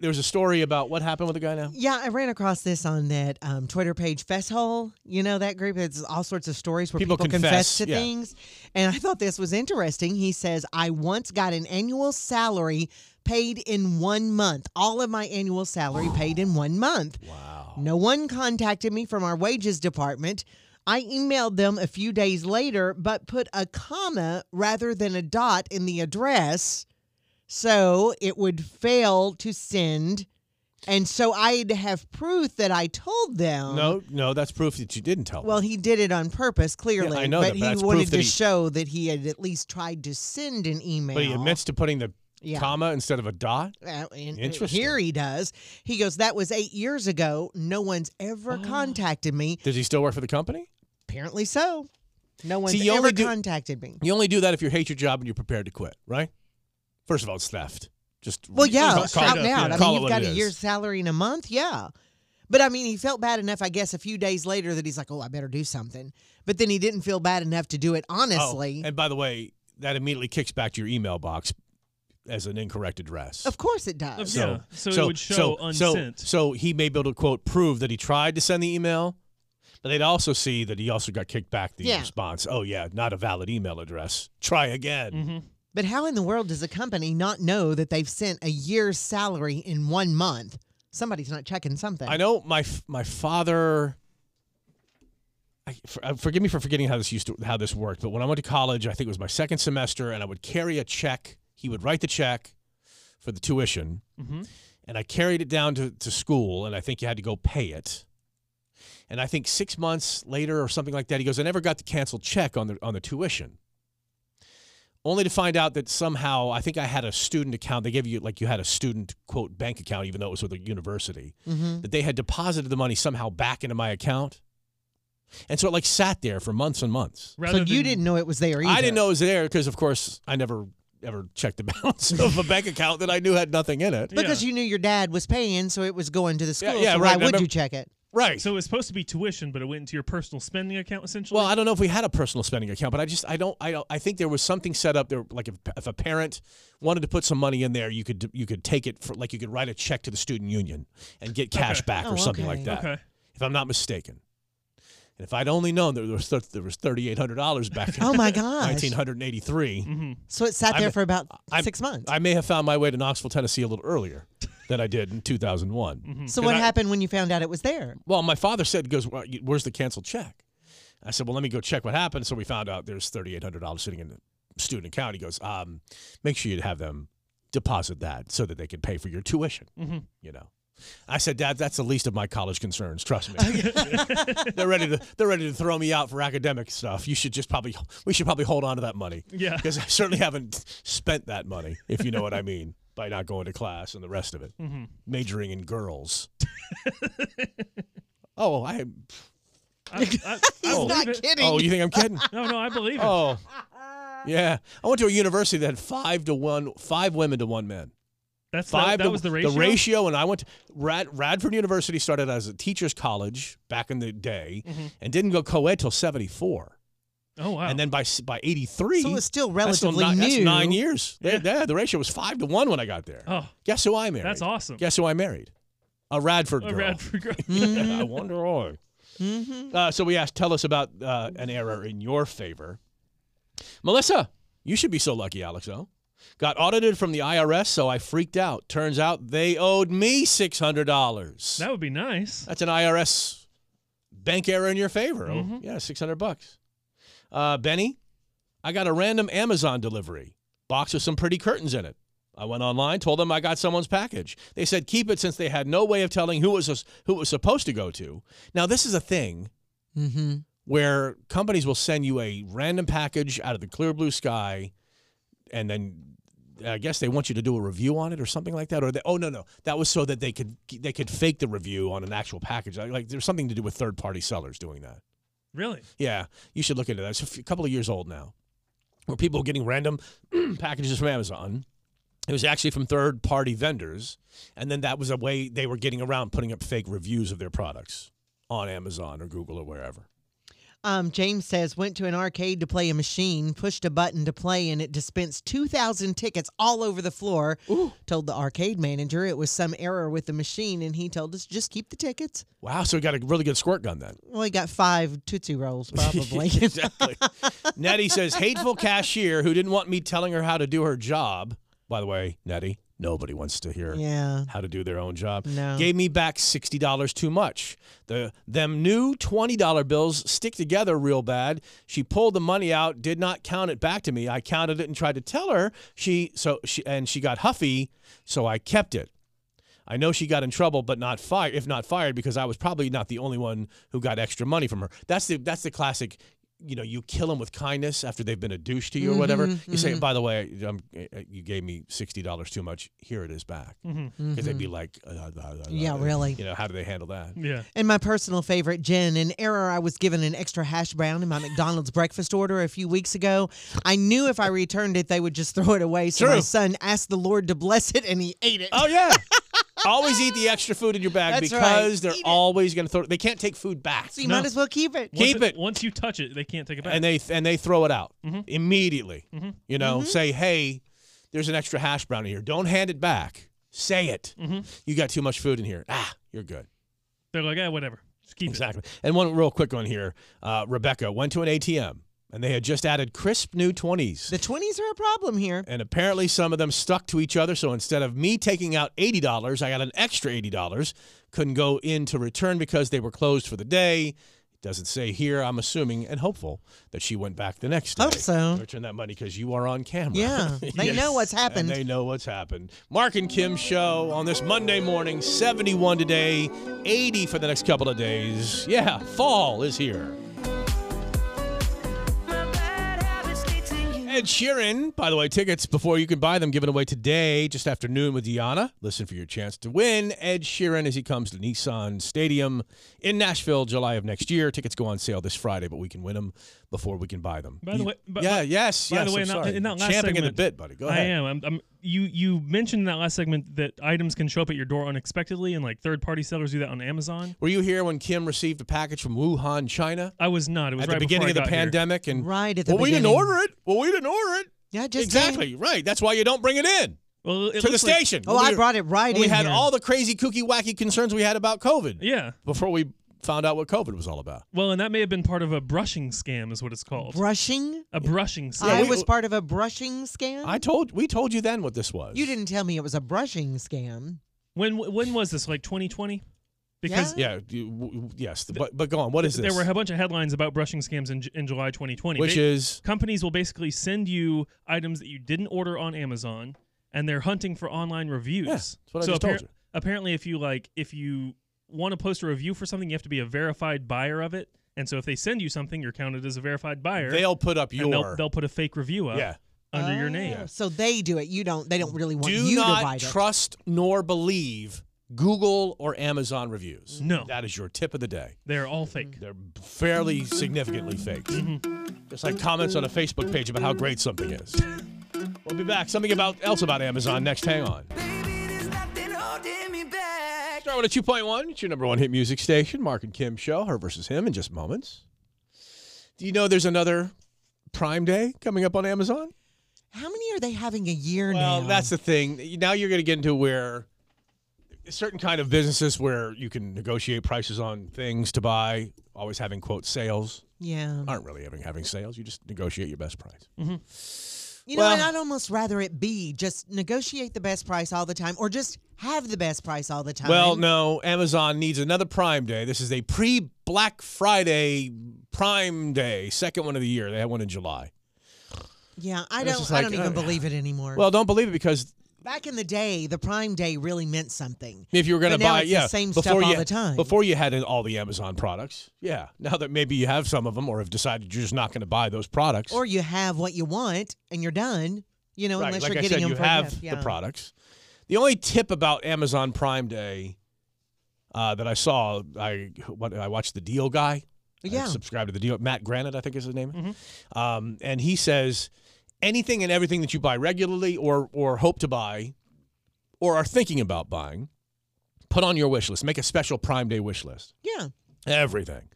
there was a story about what happened with the guy now. Yeah, I ran across this on that um, Twitter page, Festhole. You know that group? It's all sorts of stories where People people, confess, confess, to yeah. things. And I thought this was interesting. He says, "I once got an annual salary paid in one month. All of my annual salary paid in one month. Wow! No one contacted me from our wages department." I emailed them a few days later, but put a comma rather than a dot in the address So it would fail to send. And so I'd have proof that I told them. No, no, that's proof that you didn't tell. Uh-huh. Well, them. he did it on purpose, clearly. I know that, but but he that's proof wanted that to he- show that he had at least tried to send an email. but he admits to putting the Yeah. comma instead of a dot. Uh, and- and Interesting. Here he does. He goes, That was eight years ago. No one's ever Oh. contacted me. Does he still work for the company? Apparently so. No one's you only ever do- contacted me. You only do that if you hate your job and you're prepared to quit, right? First of all, it's theft. Just Well, yeah, call, out call, straight and up, yeah. out. I call mean, it you've what got it a is. year's salary in a month. Yeah. But I mean, he felt bad enough, I guess, a few days later that he's like, oh, I better do something. But then he didn't feel bad enough to do it Oh, honestly. and by the way, that immediately kicks back to your email box as an incorrect address. of course it does. So, Yeah, so it so, would show so, unsent. So, so he may be able to quote prove that he tried to send the email, but they'd also see that he also got kicked back the Yeah. response. Oh yeah, not a valid email address. Try again. hmm But how in the world does a company not know that they've sent a year's salary in one month? Somebody's not checking something. I know my f- my father. I, for, uh, forgive me for forgetting how this used to how this worked, but when I went to college, I think it was my second semester, and I would carry a check. He would write the check for the tuition, hmm and I carried it down to, to school, and I think you had to go pay it. And I think six months later or something like that, he goes, I never got the canceled check on the on the tuition. Only to find out that somehow I think I had a student account. They gave you like you had a student quote bank account, even though it was with a university. Mhm. That they had deposited the money somehow back into my account, and so it like sat there for months and months. Rather so you than- didn't know it was there either. I didn't know it was there because, of course, I never ever checked the [laughs] balance of a bank account that I knew had nothing in it. Because Yeah. you knew your dad was paying, so it was going to the school. Yeah, yeah, so right, why would remember- you check it? Right. So it was supposed to be tuition, but it went into your personal spending account essentially. Well, I don't know if we had a personal spending account, but I just I don't I don't, I think there was something set up there like if, if a parent wanted to put some money in there, you could you could take it for like you could write a check to the student union and get cash back or Oh, something okay. like that. okay. If I'm not mistaken. And if I'd only known that there was th- there was thirty eight hundred dollars back in Oh [laughs] my gosh. nineteen hundred and eighty three, hmm So it sat I'm- there for about I'm- six months. I may have found my way to Knoxville, Tennessee a little earlier than I did in two thousand one. so 'cause what I- happened when you found out it was there? Well, my father said, he "Goes, well, you- where's the canceled check?" I said, "Well, let me go check what happened." So we found out there's thirty eight hundred dollars sitting in the student account. He goes, um, "Make sure you have them deposit that so that they can pay for your tuition." Mhm. You know, I said, "Dad, that's the least of my college concerns. Trust me." [laughs] they're ready to they're ready to throw me out for academic stuff. You should just probably we should probably hold on to that money [laughs] Yeah. because I certainly haven't spent that money, if you know what I mean, by not going to class and the rest of it, Mhm. majoring in [laughs] girls. oh, I. [laughs] I, I, I Oh. believe Not it. kidding. Oh, you think I'm [laughs] kidding? No, no, I believe it. Oh, yeah. I went to a university that had five to one, five women to one man. That's the- Five. that to, was the ratio. The ratio, and I went to Rad, Radford University started as a teachers' college back in the day, and didn't go co-ed till '74, Oh Mm-hmm. wow. and then by s- by '83. So it's still that's still relatively ni- That's new. nine years. Yeah. the ratio was five to one when I got there. oh, Guess who I married? that's awesome. Oh, Guess who I married? A Radford A girl. Radford girl. [laughs] I wonder why. Uh, so we asked, tell us about uh, an error in your favor. Melissa, you should be so lucky, Alexo. Got audited from the IRS, so I freaked out. Turns out they owed me six hundred dollars. [laughs] that would be nice. That's an IRS bank error in your favor. Oh, Mhm. Yeah, six hundred bucks. Uh, Benny, I got a random Amazon delivery box with some pretty curtains in it. I went online, told them I got someone's package. They said keep it since they had no way of telling who it was who it was supposed to go to. Now this is a thing Mm-hmm. where companies will send you a random package out of the clear blue sky, and then I guess they want you to do a review on it or something like that. Or they, oh no no, that was so that they could they could fake the review on an actual package. Like, like, there's something to do with third party sellers doing that. Really? Yeah, you should look into that. It's a few- couple of years old now, where people are getting random [clears throat] packages from Amazon. It was actually from third party vendors, and then that was a way they were getting around putting up fake reviews of their products on Amazon or Google or wherever. Um, James says went to an arcade to play a machine, pushed a button to play, and it dispensed two thousand tickets all over the floor. Told the arcade manager it was some error with the machine, and he told us just keep the tickets. Wow, so we got a really good squirt gun then. Well, he got five [laughs] tootsie rolls probably. [laughs] exactly. Nettie says, hateful cashier who didn't want me telling her how to do her job. By the way, Nettie, Nobody wants to hear Yeah. how to do their own job. No. Gave me back sixty dollars too much. The them new twenty dollar bills stick together real bad. She pulled the money out, did not count it back to me. I counted it and tried to tell her. She so she and she got huffy, so I kept it. I know she got in trouble, but not fired. If not fired, because I was probably not the only one who got extra money from her. That's the that's the classic. You know, you kill them with kindness after they've been a douche to you Mm-hmm, or whatever. You say, by the way, um, you gave me sixty dollars too much. Here it is back. Because they'd be like, uh, uh, uh, uh, Mm-hmm, Yeah, uh, really. You know, how do they handle that? Yeah. And my personal favorite, Jen, an error I was given an extra hash brown in my McDonald's breakfast order a few weeks ago. I knew if I returned it, they would just throw it away. So my True. son asked the Lord to bless it, and he ate it. Oh [laughs] yeah. Always eat the extra food in your bag That's right. because they're Eat it. always going to throw. They can't take food back. so you No. might as well keep it. Keep once it. Once you touch it, they can't take it back. and they and they throw it out Mm-hmm. immediately. You know, say, "Hey, there's an extra hash brown in here. Don't hand it back. Say it. Mm-hmm. You got too much food in here. Ah, you're good." They're like, yeah, whatever. Just keep Exactly. And one real quick one here. Uh, Rebecca went to an ATM and they had just added crisp new twenties. The 20s are a problem here. and apparently, some of them stuck to each other. So instead of me taking out $80, I got an extra $80. Couldn't go in to return because they were closed for the day. It doesn't say here. I'm assuming and hopeful that she went back the next day. Hope so. Return that money because you are on camera. [laughs] Yeah, they know what's And happened. they know what's happened. Mark and Kim show on this Monday morning, 71 today, 80 for the next couple of days. Yeah, fall is here. Ed Sheeran, by the way, tickets before you can buy them given away today, just after noon with Deanna. Listen for your chance to win. Ed Sheeran as he comes to Nissan Stadium in Nashville, July of next year. Tickets go on sale this Friday, but we can win them before we can buy them. By the You- way- but- yeah, but- yes, By yes. the I'm way, in that- sorry. in that last champing at the segment- bit, buddy. Go I ahead. am. I'm, I'm, you you mentioned in that last segment that items can show up at your door unexpectedly, and like third party sellers do that on Amazon. Were you here when Kim received a package from Wuhan, China? I was not. It was At right the beginning of before the I got here. pandemic and Right at the Well, we didn't beginning. order it. Well, we didn't order it. Yeah, just exactly. Right. That's why you don't bring it in Well, it to the looks like- station. Oh, When I we- brought it right when We in had here. all the crazy kooky wacky concerns we had about COVID Yeah. before we found out what COVID was all about. Well, and that may have been part of a brushing scam, is what it's called. brushing. a brushing scam. I we- was part of a brushing scam. I told we told you then what this was. you didn't tell me it was a brushing scam. when when was this? Like 2020? Because Yeah. You, w- w- yes. But but go on. What is this? there were a bunch of headlines about brushing scams in, Ju- in July 2020. Which Ba- is companies will basically send you items that you didn't order on Amazon, and they're hunting for online reviews. Yeah, that's what I so just told appar- you. Apparently, if you like, if you want to post a review for something, you have to be a verified buyer of it. And so, if they send you something, you're counted as a verified buyer. they'll put up your and they'll, they'll put a fake review up yeah. under your Oh, name. So they do it. You don't. They don't really want Do you to buy not it. trust nor believe Google or Amazon reviews. No. That is your tip of the day. They're all fake. They're fairly significantly fake. Mm-hmm. Just like comments on a Facebook page about how great something is. We'll be back. Something about else about Amazon next. Hang on. oh, Start with a 2.1. It's your number one hit music station, Mark and Kim show, her versus him in just moments. Do you know there's another Prime Day coming up on Amazon? How many are they having a year now? Well, that's the thing. Now you're going to get into where certain kind of businesses where you can negotiate prices on things to buy, always having quote sales yeah. aren't really having having sales. You just negotiate your best price. You know, and Well- I'd almost rather it be just negotiate the best price all the time, or just have the best price all the time. Well, no, Amazon needs another Prime Day. This is a pre Black Friday Prime Day, second one of the year. They had one in July. yeah, I It's don't. just I like, don't even uh, believe it anymore. Well, don't believe it because back in the day, the Prime Day really meant something. if you were going to But now buy, it's the yeah, same before stuff all you, the time. Before you had all the Amazon products, yeah. Now that maybe you have some of them, or have decided you're just not going to buy those products, Or you have what you want and you're done. You know, right? unless like you're I getting said, them you for a have gift. the Yeah. products. The only tip about Amazon Prime Day uh, that I saw, I what I watched the Deal Guy. I Yeah. subscribe to the deal. Matt Granite, I think is his name. Um, and he says anything and everything that you buy regularly or or hope to buy or are thinking about buying, put on your wish list. Make a special Prime Day wish list. Yeah. Everything.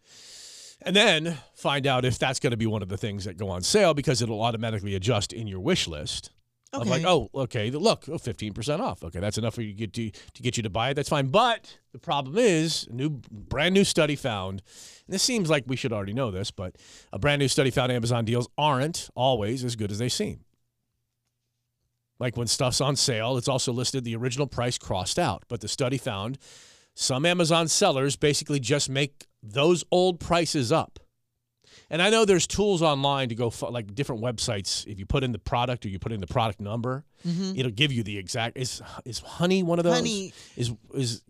And then find out if that's going to be one of the things that go on sale because it'll automatically adjust in your wish list. Of like, Okay. oh, okay, look, oh, 15% off. Okay, that's enough for you to get to, to get you to buy it. That's fine. But the problem is, a new brand new study found, and this seems like we should already know this, but a brand new study found Amazon deals aren't always as good as they seem. Like when stuff's on sale, it's also listed the original price crossed out. But the study found some Amazon sellers basically just make those old prices up. And I know there's tools online to go fi- like different websites. If you put in the product or you put in the product number, it'll give you the exact. Is is Honey one of those? Mm-hmm. Honey- is is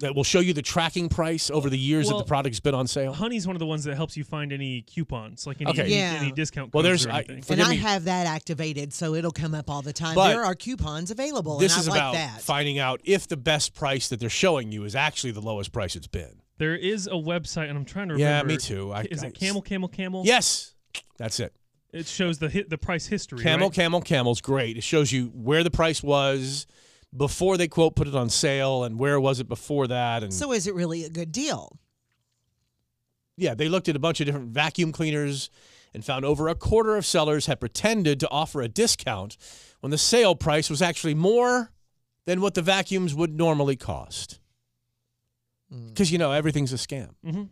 that will show you the tracking price over the years that Well, the product's been on sale. Honey's one of the ones that helps you find any coupons, like any, Okay. any, Yeah. any discount codes Well, there's- or I- anything. And Forgive I me. have that activated, so it'll come up all the time. But there are coupons available, This and I is like about that. finding out if the best price that they're showing you is actually the lowest price it's been. there is a website, and I'm trying to Yeah, remember. me too. I- is I- it Camel Camel Camel? Yes, that's it. It shows the hit, the price history. Camel, right? camel, camel's great. It shows you where the price was before they quote put it on sale and where was it before that. And So is it really a good deal? yeah, they looked at a bunch of different vacuum cleaners and found over a quarter of sellers had pretended to offer a discount when the sale price was actually more than what the vacuums would normally cost. Because, you know, everything's a scam. Mhm.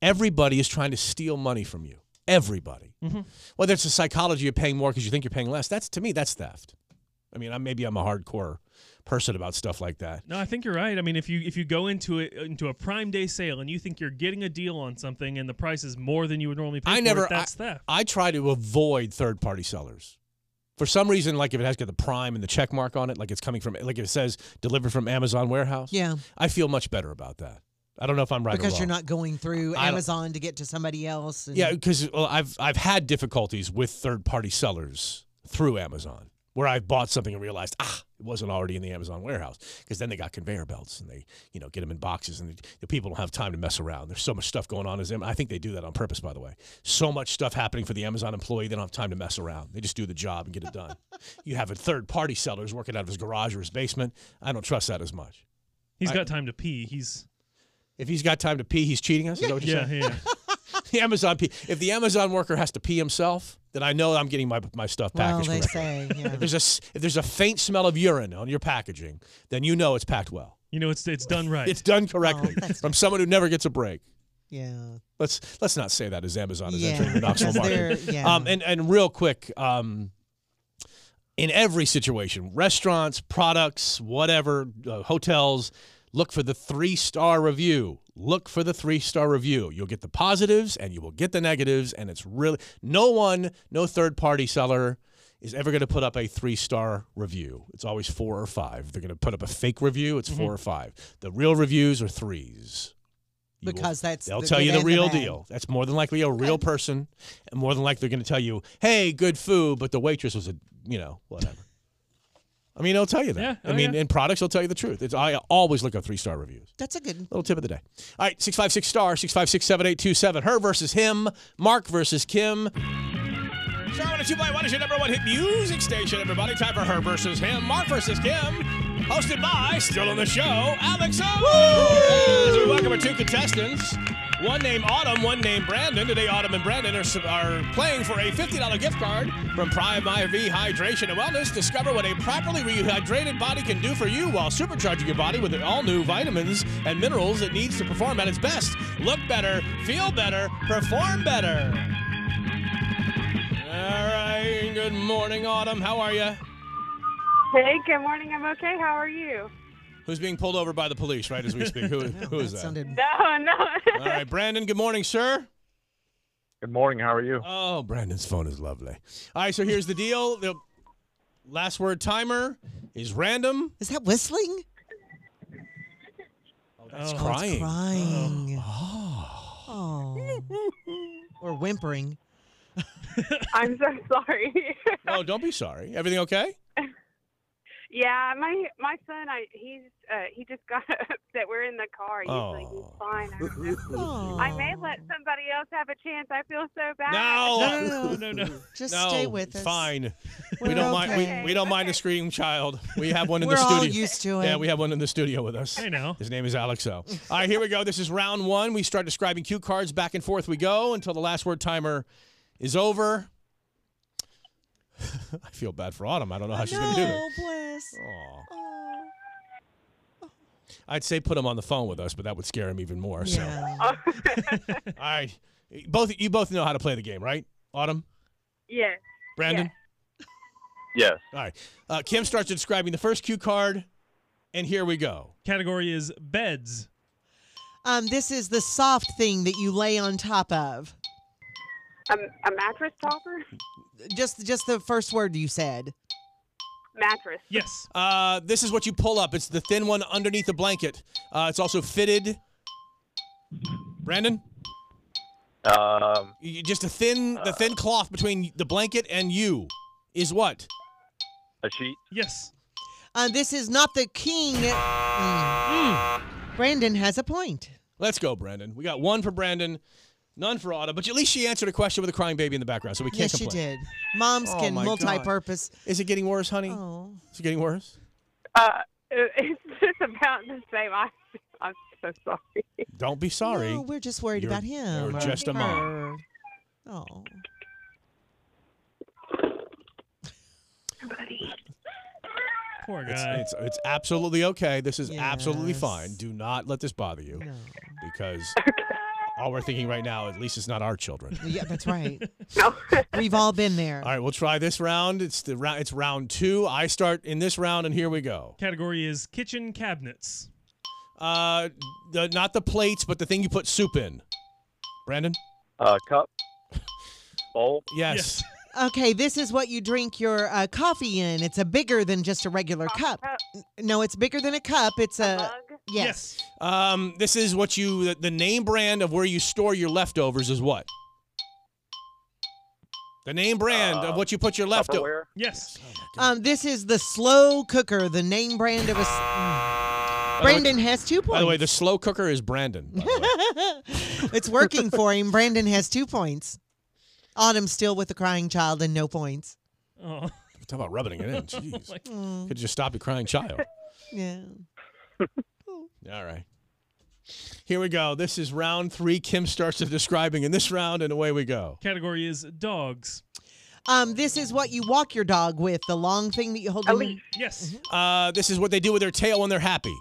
Everybody is trying to steal money from you. Everybody. Whether it's the psychology of paying more because you think you're paying less, that's to me, that's theft. I mean, I, maybe I'm a hardcore person about stuff like that. No, I think you're right. I mean, if you if you go into it into a Prime Day sale and you think you're getting a deal on something and the price is more than you would normally pay, I for never. it, that's I, theft. I try to avoid third party sellers. For some reason, like if it has got the prime and the check mark on it, like it's coming from, like if it says delivered from Amazon warehouse, Yeah, I feel much better about that. I don't know if I'm right or because you're wrong. not going through I don't- Amazon to get to somebody else. and- Yeah, because well, I've I've had difficulties with third party sellers through Amazon, where I've bought something and realized ah, it wasn't already in the Amazon warehouse, because then they got conveyor belts and they you know get them in boxes and the, the people don't have time to mess around. There's so much stuff going on as Am- I think they do that on purpose, by the way. So much stuff happening for the Amazon employee, they don't have time to mess around. They just do the job and get it done. you have a third party sellers working out of his garage or his basement. I don't trust that as much. He's I- got time to pee. [laughs] He's If he's got time to pee, he's cheating us. Is that what you're saying? yeah yeah. [laughs] the Amazon pee. If the Amazon worker has to pee himself, then I know I'm getting my my stuff Well, packaged they correctly. [laughs] say. Yeah. If there's a s- if there's a faint smell of urine on your packaging, then you know it's packed well. You know, it's it's done [laughs] right. It's done correctly Oh, that's from someone who never gets a break. yeah. Let's let's not say that as Amazon is Yeah, entering [laughs] the Knoxville because they're- market. yeah. Um, and and real quick, um, in every situation, restaurants, products, whatever, uh, hotels, look for the three star review. Look for the three star review. You'll get the positives and you will get the negatives, and it's really no one, no third party seller. Is ever going to put up a three star review. It's always four or five. They're going to put up a fake review. It's four or five. The real reviews are threes. You will- Because that's They'll the tell good you the and real bad. deal. That's more than likely a real person, and more than likely they're going to tell you, "Hey, good food," but the waitress was a, you know, whatever. I mean, they'll tell you that. Yeah, I oh, mean, yeah. in products, they'll tell you the truth. It's I always look at three star reviews. That's a good. Little tip of the day. All right, six five six star six five six seven eight two seven. Her versus him. Mark versus Kim. Star one two point one is your number one hit music station. Everybody, time for her versus him. Mark versus Kim. Hosted by still on the show, Alex Owens. We welcome our two contestants. One named Autumn, one named Brandon. Today, Autumn and Brandon are, are playing for a $50 gift card from Prime IV Hydration and Wellness. Discover what a properly rehydrated body can do for you while supercharging your body with the all new vitamins and minerals it needs to perform at its best. Look better, feel better, perform better. All right. Good morning, Autumn. How are you? Hey, good morning. I'm okay. How are you? Who's being pulled over by the police right as we speak? [laughs] Who, who is that? sounded. No, [laughs] no. All right, Brandon. Good morning, sir. Good morning. How are you? Oh, Brandon's phone is lovely. All right, so here's the deal. The last word timer is random. Is that whistling? That's Oh. Oh, it's crying. crying. Oh. or whimpering. I'm so sorry. [laughs] Oh, don't be sorry. Everything okay? yeah, my my son, I he's uh, he just got [laughs] up that we're in the car. Usually Oh. he's fine. I, don't know. Oh. I may let somebody else have a chance. I feel so bad. No. No, no, no. Just No, stay with us. [laughs] Fine. We're we don't mind. okay. We, we don't mind a screaming child. We have one in We're the all studio. used to it. Yeah, we have one in the studio with us. I know. His name is Alex O. All right, here we go. This is round one. We start describing cue cards. Back and forth we go until the last word timer is over. [laughs] I feel bad for Autumn. I don't know how she's going to do this. No, bless. Aw. I'd say put him on the phone with us, but that would scare him even more. Yeah. So, all right, both you both know how to play the game, right? Autumn, Yes. Brandon, Yes. All right. Uh, Kim starts describing the first cue card, and here we go. Category is beds. Um, this is the soft thing that you lay on top of. Um, a mattress topper? Just just the first word you said. Mattress. Yes. Uh, this is what you pull up. It's the thin one underneath the blanket. Uh, it's also fitted. Brandon, Um, You- just a thin, the thin cloth between the blanket and you is what? a sheet. Yes. Uh, this is not the king. Mm. Hmm. Brandon has a point. Let's go, Brandon. We got one for Brandon, none for Autumn, but at least she answered a question with a crying baby in the background, so we can't yes, complain. she did. Moms Oh can my God. multi-purpose. Is it getting worse, honey? Oh. Is it getting worse? Uh, [laughs] it- it's just about the same. I, I'm so sorry. [laughs] Don't be sorry. No, we're just worried You're- about him. you're or just a mom. her. Oh. Poor It's, guy. it's, it's absolutely okay. This is absolutely Yes. fine. Do not let this bother you No. [laughs] because all we're thinking right now, at least it's not our children. [laughs] Yeah, that's right. No. We've all been there. All [laughs] right, we'll try this round. It's the round. It's round two. I start in this round, and here we go. Category is kitchen cabinets. Uh, the, not the plates, but the thing you put soup in. Brandon. Uh, [laughs] cup. Bowl. Yes. Okay, this is what you drink your uh, coffee in. It's a bigger than just a regular cup. No, it's bigger than a cup. It's A a mug. yes. Um, this is what you. The, the name brand of where you store your leftovers is what. The name brand of Uh, what you put your leftovers. Tupperware. Yes. Um, this is the slow cooker, the name brand of a. s- Brandon has two points. By the way, the slow cooker is Brandon. by the way. [laughs] [laughs] it's working for him. Brandon has two points. Autumn's still with the crying child and no points. Oh. Talk about rubbing it in. Jeez. Like- Mm, Could just stop the crying child. yeah. All right. Here we go. This is round three. Kim starts of describing in this round, and away we go. Category is dogs. Um, this is what you walk your dog with, the long thing that you hold. A in- leash. Yes. Mm-hmm. Uh, this is what they do with their tail when they're happy.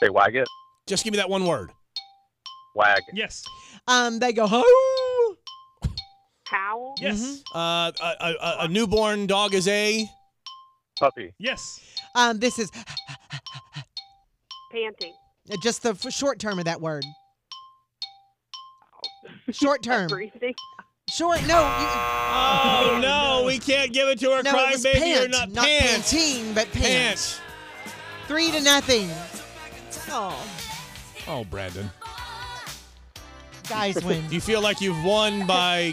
They wag it. Just give me that one word. Wag. Yes. Um, they go ho. Towel. Yes. Mhm. Uh, a, a, a- a newborn dog is a. Puppy. Yes. Um, this is Panting. just the f- short term of that word. Short term. Breathing. Short. No. You, Oh no, we can't give it to her. no. crying It was baby, pant, you're not, not pants. pantene, but pants. Pants. Three to nothing. Oh, Oh, Brandon, guys do win. [laughs] you feel like you've won by?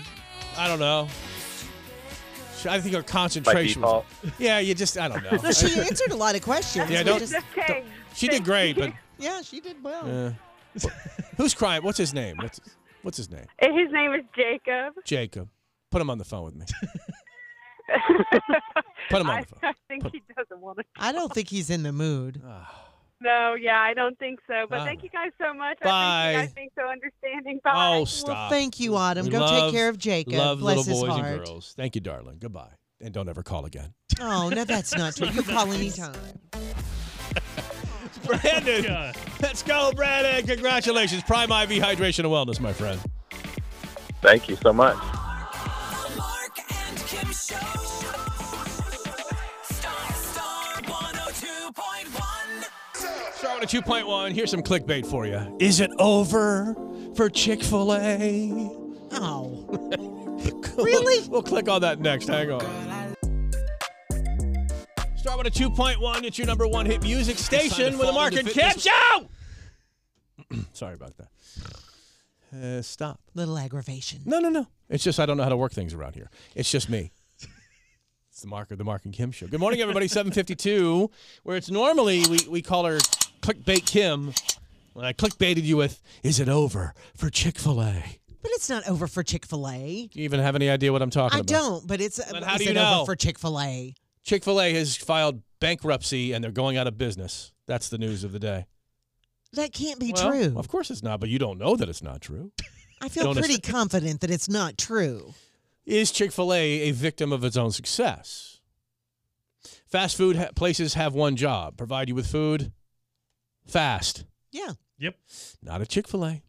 I don't know. I think her By concentration. was- default. Yeah, you just I don't [laughs] know. Well, she answered a lot of questions. Yeah, We don't- just- Okay. she did great, [laughs] but yeah, she did well. Uh, who's crying? What's his name? What's what's his name? His name is Jacob. Jacob. Put him on the phone with me. [laughs] Put him on [laughs] I, the phone. I think he doesn't want to. I don't think he's in the mood. No, yeah, I don't think so. But All thank right. you guys so much. Bye. I think you guys being so understanding. Bye. Oh, Well, stop. thank you, Autumn. We Go love- take care of Jacob. Love Bless little his boys heart. and girls. Thank you, darling. Goodbye. And don't ever call again. Oh, no, that's not true. You call anytime. [laughs] Brandon, Yeah. let's go, Brandon. Congratulations. Prime IV Hydration and Wellness, my friend. Thank you so much. Mark and Kim Show. Star, Star 102.1. Start with a 2.1. Here's some clickbait for you. Is it over for Chick fil A? Oh, Really? we'll click on that next. Hang on. Start with a 2.1. It's your number one hit music station with a Mark and Kim show. [clears throat] Sorry about that. Uh, stop. little aggravation. No, no, no. It's just I don't know how to work things around here. It's just me. [laughs] It's the Mark of the Mark and Kim show. Good morning, everybody. 752, where it's normally we, we call her Clickbait Kim. When I clickbaited you with, is it over for Chick fil A? But it's not over for Chick fil A. Do you even have any idea what I'm talking I about? don't, but it's uh, But how is do you it know? over for Chick fil A? Chick fil A has filed bankruptcy and they're going out of business. That's the news of the day. That can't be Well, true. Of course it's not, but you don't know that it's not true. I feel don't- pretty confident that it's not true. Is Chick fil A a victim of its own success? Fast food ha- places have one job provide you with food fast. Yeah. Yep. Not a Chick fil A.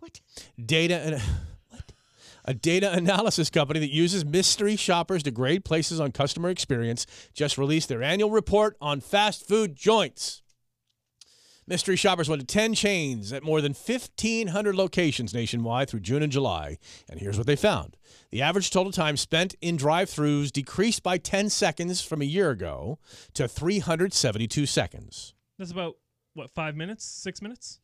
What? Data and. [laughs] what? a data analysis company that uses mystery shoppers to grade places on customer experience, just released their annual report on fast food joints. Mystery shoppers went to 10 chains at more than 1,500 locations nationwide through June and July. And here's what they found the average total time spent in drive throughs decreased by 10 seconds from a year ago to 372 seconds. That's about what five minutes, six minutes,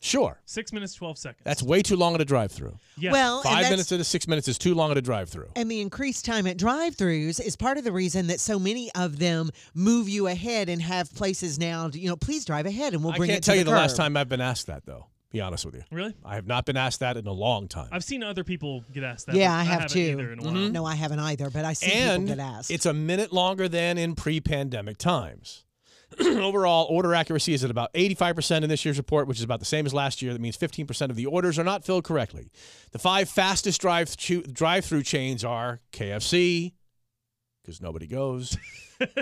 Sure, six minutes, twelve seconds. that's way too long at a drive through. yeah. Well, and Five that's- minutes to six minutes is too long at a drive through. And the increased time at drive throughs is part of the reason that so many of them move you ahead and have places now, you know, please drive ahead and we'll I bring can't it to tell the you the last curb. time I've been asked that, though. Be honest with you, really. I have not been asked that in a long time. I've seen other people get asked that. Yeah, but I have haven't too. Mm-hmm. Either in a while. No, I haven't either, but I see and people get asked. it's a minute longer than in pre-pandemic times. [clears throat] Overall, order accuracy is at about 85% in this year's report, which is about the same as last year. That means 15% of the orders are not filled correctly. The five fastest drive drive-through chains are KFC, because nobody [laughs] goes,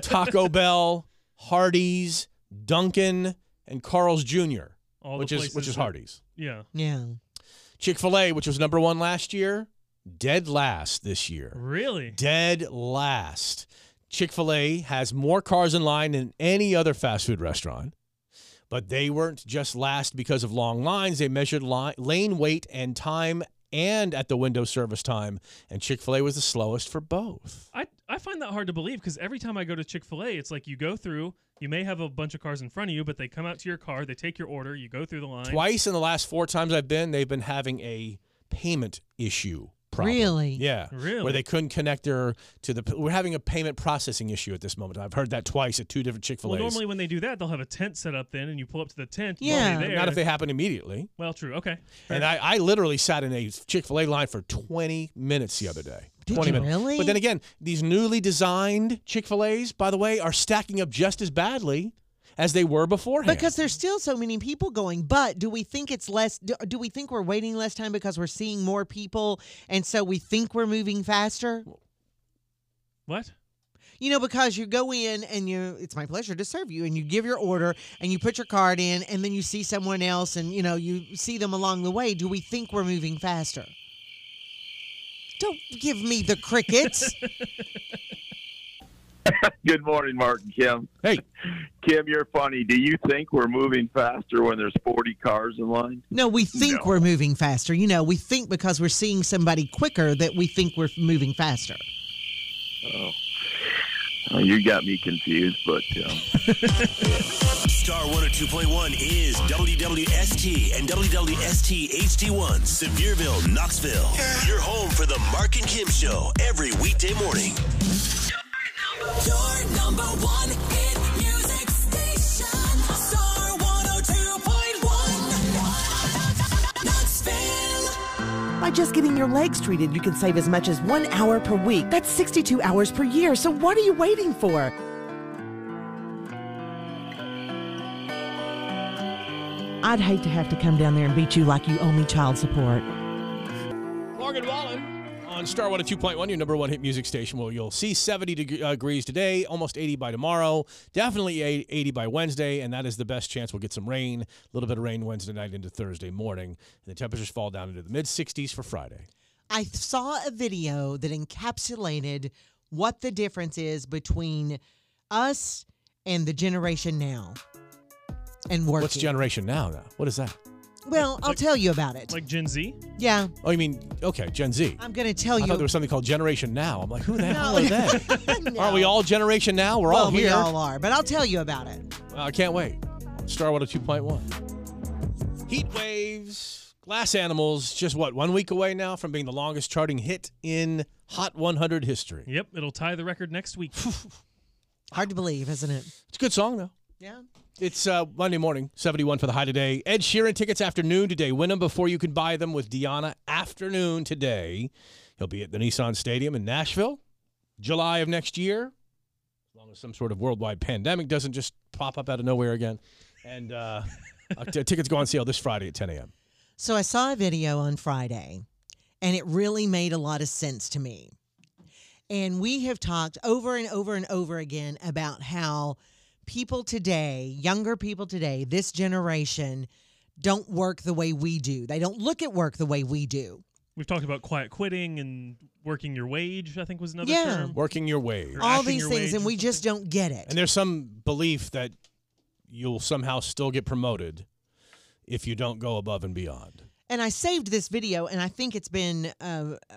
Taco Bell, Hardee's, Dunkin', and Carl's Jr., All the which is places which is that- Hardee's. Yeah, yeah. Chick fil A, which was number one last year, dead last this year. really. Dead last. Chick fil A has more cars in line than any other fast food restaurant, but they weren't just last because of long lines. They measured li- lane weight and time and at the window service time, and Chick fil A was the slowest for both. I, I find that hard to believe because every time I go to Chick fil A, it's like you go through, you may have a bunch of cars in front of you, but they come out to your car, they take your order, you go through the line. Twice in the last four times I've been, they've been having a payment issue. Problem. Really? Yeah. Where Really? they couldn't connect their to the. We're having a payment processing issue at this moment. I've heard that twice at two different Chick Fil Well, A's. normally when they do that, they'll have a tent set up then, and you pull up to the tent. you Yeah. pay there. not if they happen immediately. Well, true. Okay. And I, I literally sat in a Chick Fil A line for 20 minutes the other day. Did 20 you minutes. really? But then again, these newly designed Chick Fil A's, by the way, are stacking up just as badly as they were beforehand. Because there's still so many people going, but do we think it's less? Do, do we think we're waiting less time because we're seeing more people, and so we think we're moving faster? What? You know, because you go in and you, it's my pleasure to serve you, and you give your order and you put your card in, and then you see someone else, and you know you see them along the way. Do we think we're moving faster? Don't give me the crickets. Good morning, Mark and Kim. Hey. [laughs] Kim, you're funny. Do you think we're moving faster when there's 40 cars in line? no, we think No. we're moving faster. You know, we think because we're seeing somebody quicker that we think we're moving faster. Oh, you got me confused, but um, Star 102.1 is WWST and WWST HD1, Sevierville, Knoxville. Your home for the Mark and Kim Show every weekday morning. Your number one hit music station, Star 102.1. Knoxville. By just getting your legs treated, you can save as much as one hour per week. That's 62 hours per year. So what are you waiting for? I'd hate to have to come down there and beat you like you owe me child support. Morgan Wallen on Star One oh Two Point One, your number one hit music station. Well, you'll see 70 deg- uh, degrees today, almost 80 by tomorrow, definitely eight- 80 by Wednesday, and that is the best chance we'll get some rain. A little bit of rain Wednesday night into Thursday morning, and the temperatures fall down into the mid 60s for Friday. I th- saw a video that encapsulated what the difference is between us and the generation now and working. What's generation now? Now, what is that? well, I'll like- tell you about it. Like Gen Z? yeah, Oh, you mean okay, Gen Z? I I'm going to tell Oh, you. thought there was something called Generation Now. I'm like, who the hell [laughs] No. are [laughs] they? Aren't we all Generation Now? We're well, all we here. all are, but I'll tell you about it. Well, I can't wait. Star Water 2.1. Heat waves, glass animals, just what, one week away now from being the longest charting hit in Hot 100 history. Yep. It'll tie the record [sighs] next week. Hard to believe, isn't it? It's a good song, though. Yeah. It's uh, Monday morning, 71 for the high today. Ed Sheeran tickets afternoon today. Win them before you can buy them with Deanna afternoon today. He'll be at the Nissan Stadium in Nashville, July of next year, as long as some sort of worldwide pandemic doesn't just pop up out of nowhere again. And uh, uh, t- tickets go on sale this Friday at 10 a.m. So I saw a video on Friday and it really made a lot of sense to me. And we have talked over and over and over again about how people today, younger people today, this generation, don't work the way we do. They don't look at work the way we do. We've talked about quiet quitting and working your wage. I think was another Yeah. term. Working your way. Or All acting these your things, wage and or we just don't get it. And there's some belief that you'll somehow still get promoted if you don't go above and beyond. And I saved this video, and I think it's been uh, uh,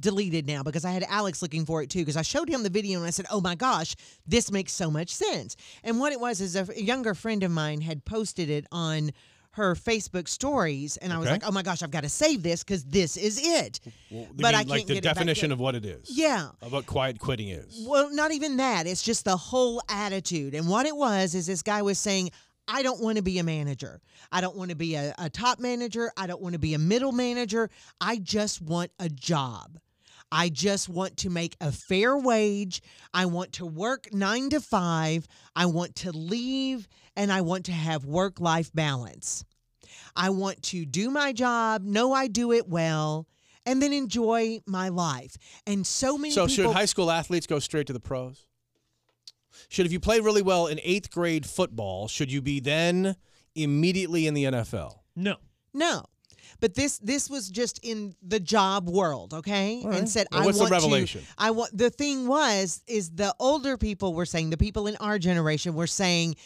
deleted now because I had Alex looking for it too. Because I showed him the video and I said, "Oh my gosh, this makes so much sense." And what it was is a f- a younger friend of mine had posted it on her Facebook stories, and I was Okay. like, "Oh my gosh, I've got to save this because this is it." Well, But I like can't the get it back definition in. of what it is. Yeah. Of what quiet quitting is. Well, not even that. It's just the whole attitude. And what it was is this guy was saying, I don't want to be a manager. I don't want to be a, a top manager. I don't want to be a middle manager. I just want a job. I just want to make a fair wage. I want to work nine to five. I want to leave and I want to have work life balance. I want to do my job, know I do it well, and then enjoy my life. And so many So people should high school athletes go straight to the pros? Should if you play really well in eighth grade football, should you be then immediately in the NFL? No. No. But this this was just in the job world, okay? All right. And said Well, I what's the want revelation? to I want the thing was is the older people were saying, the people in our generation were saying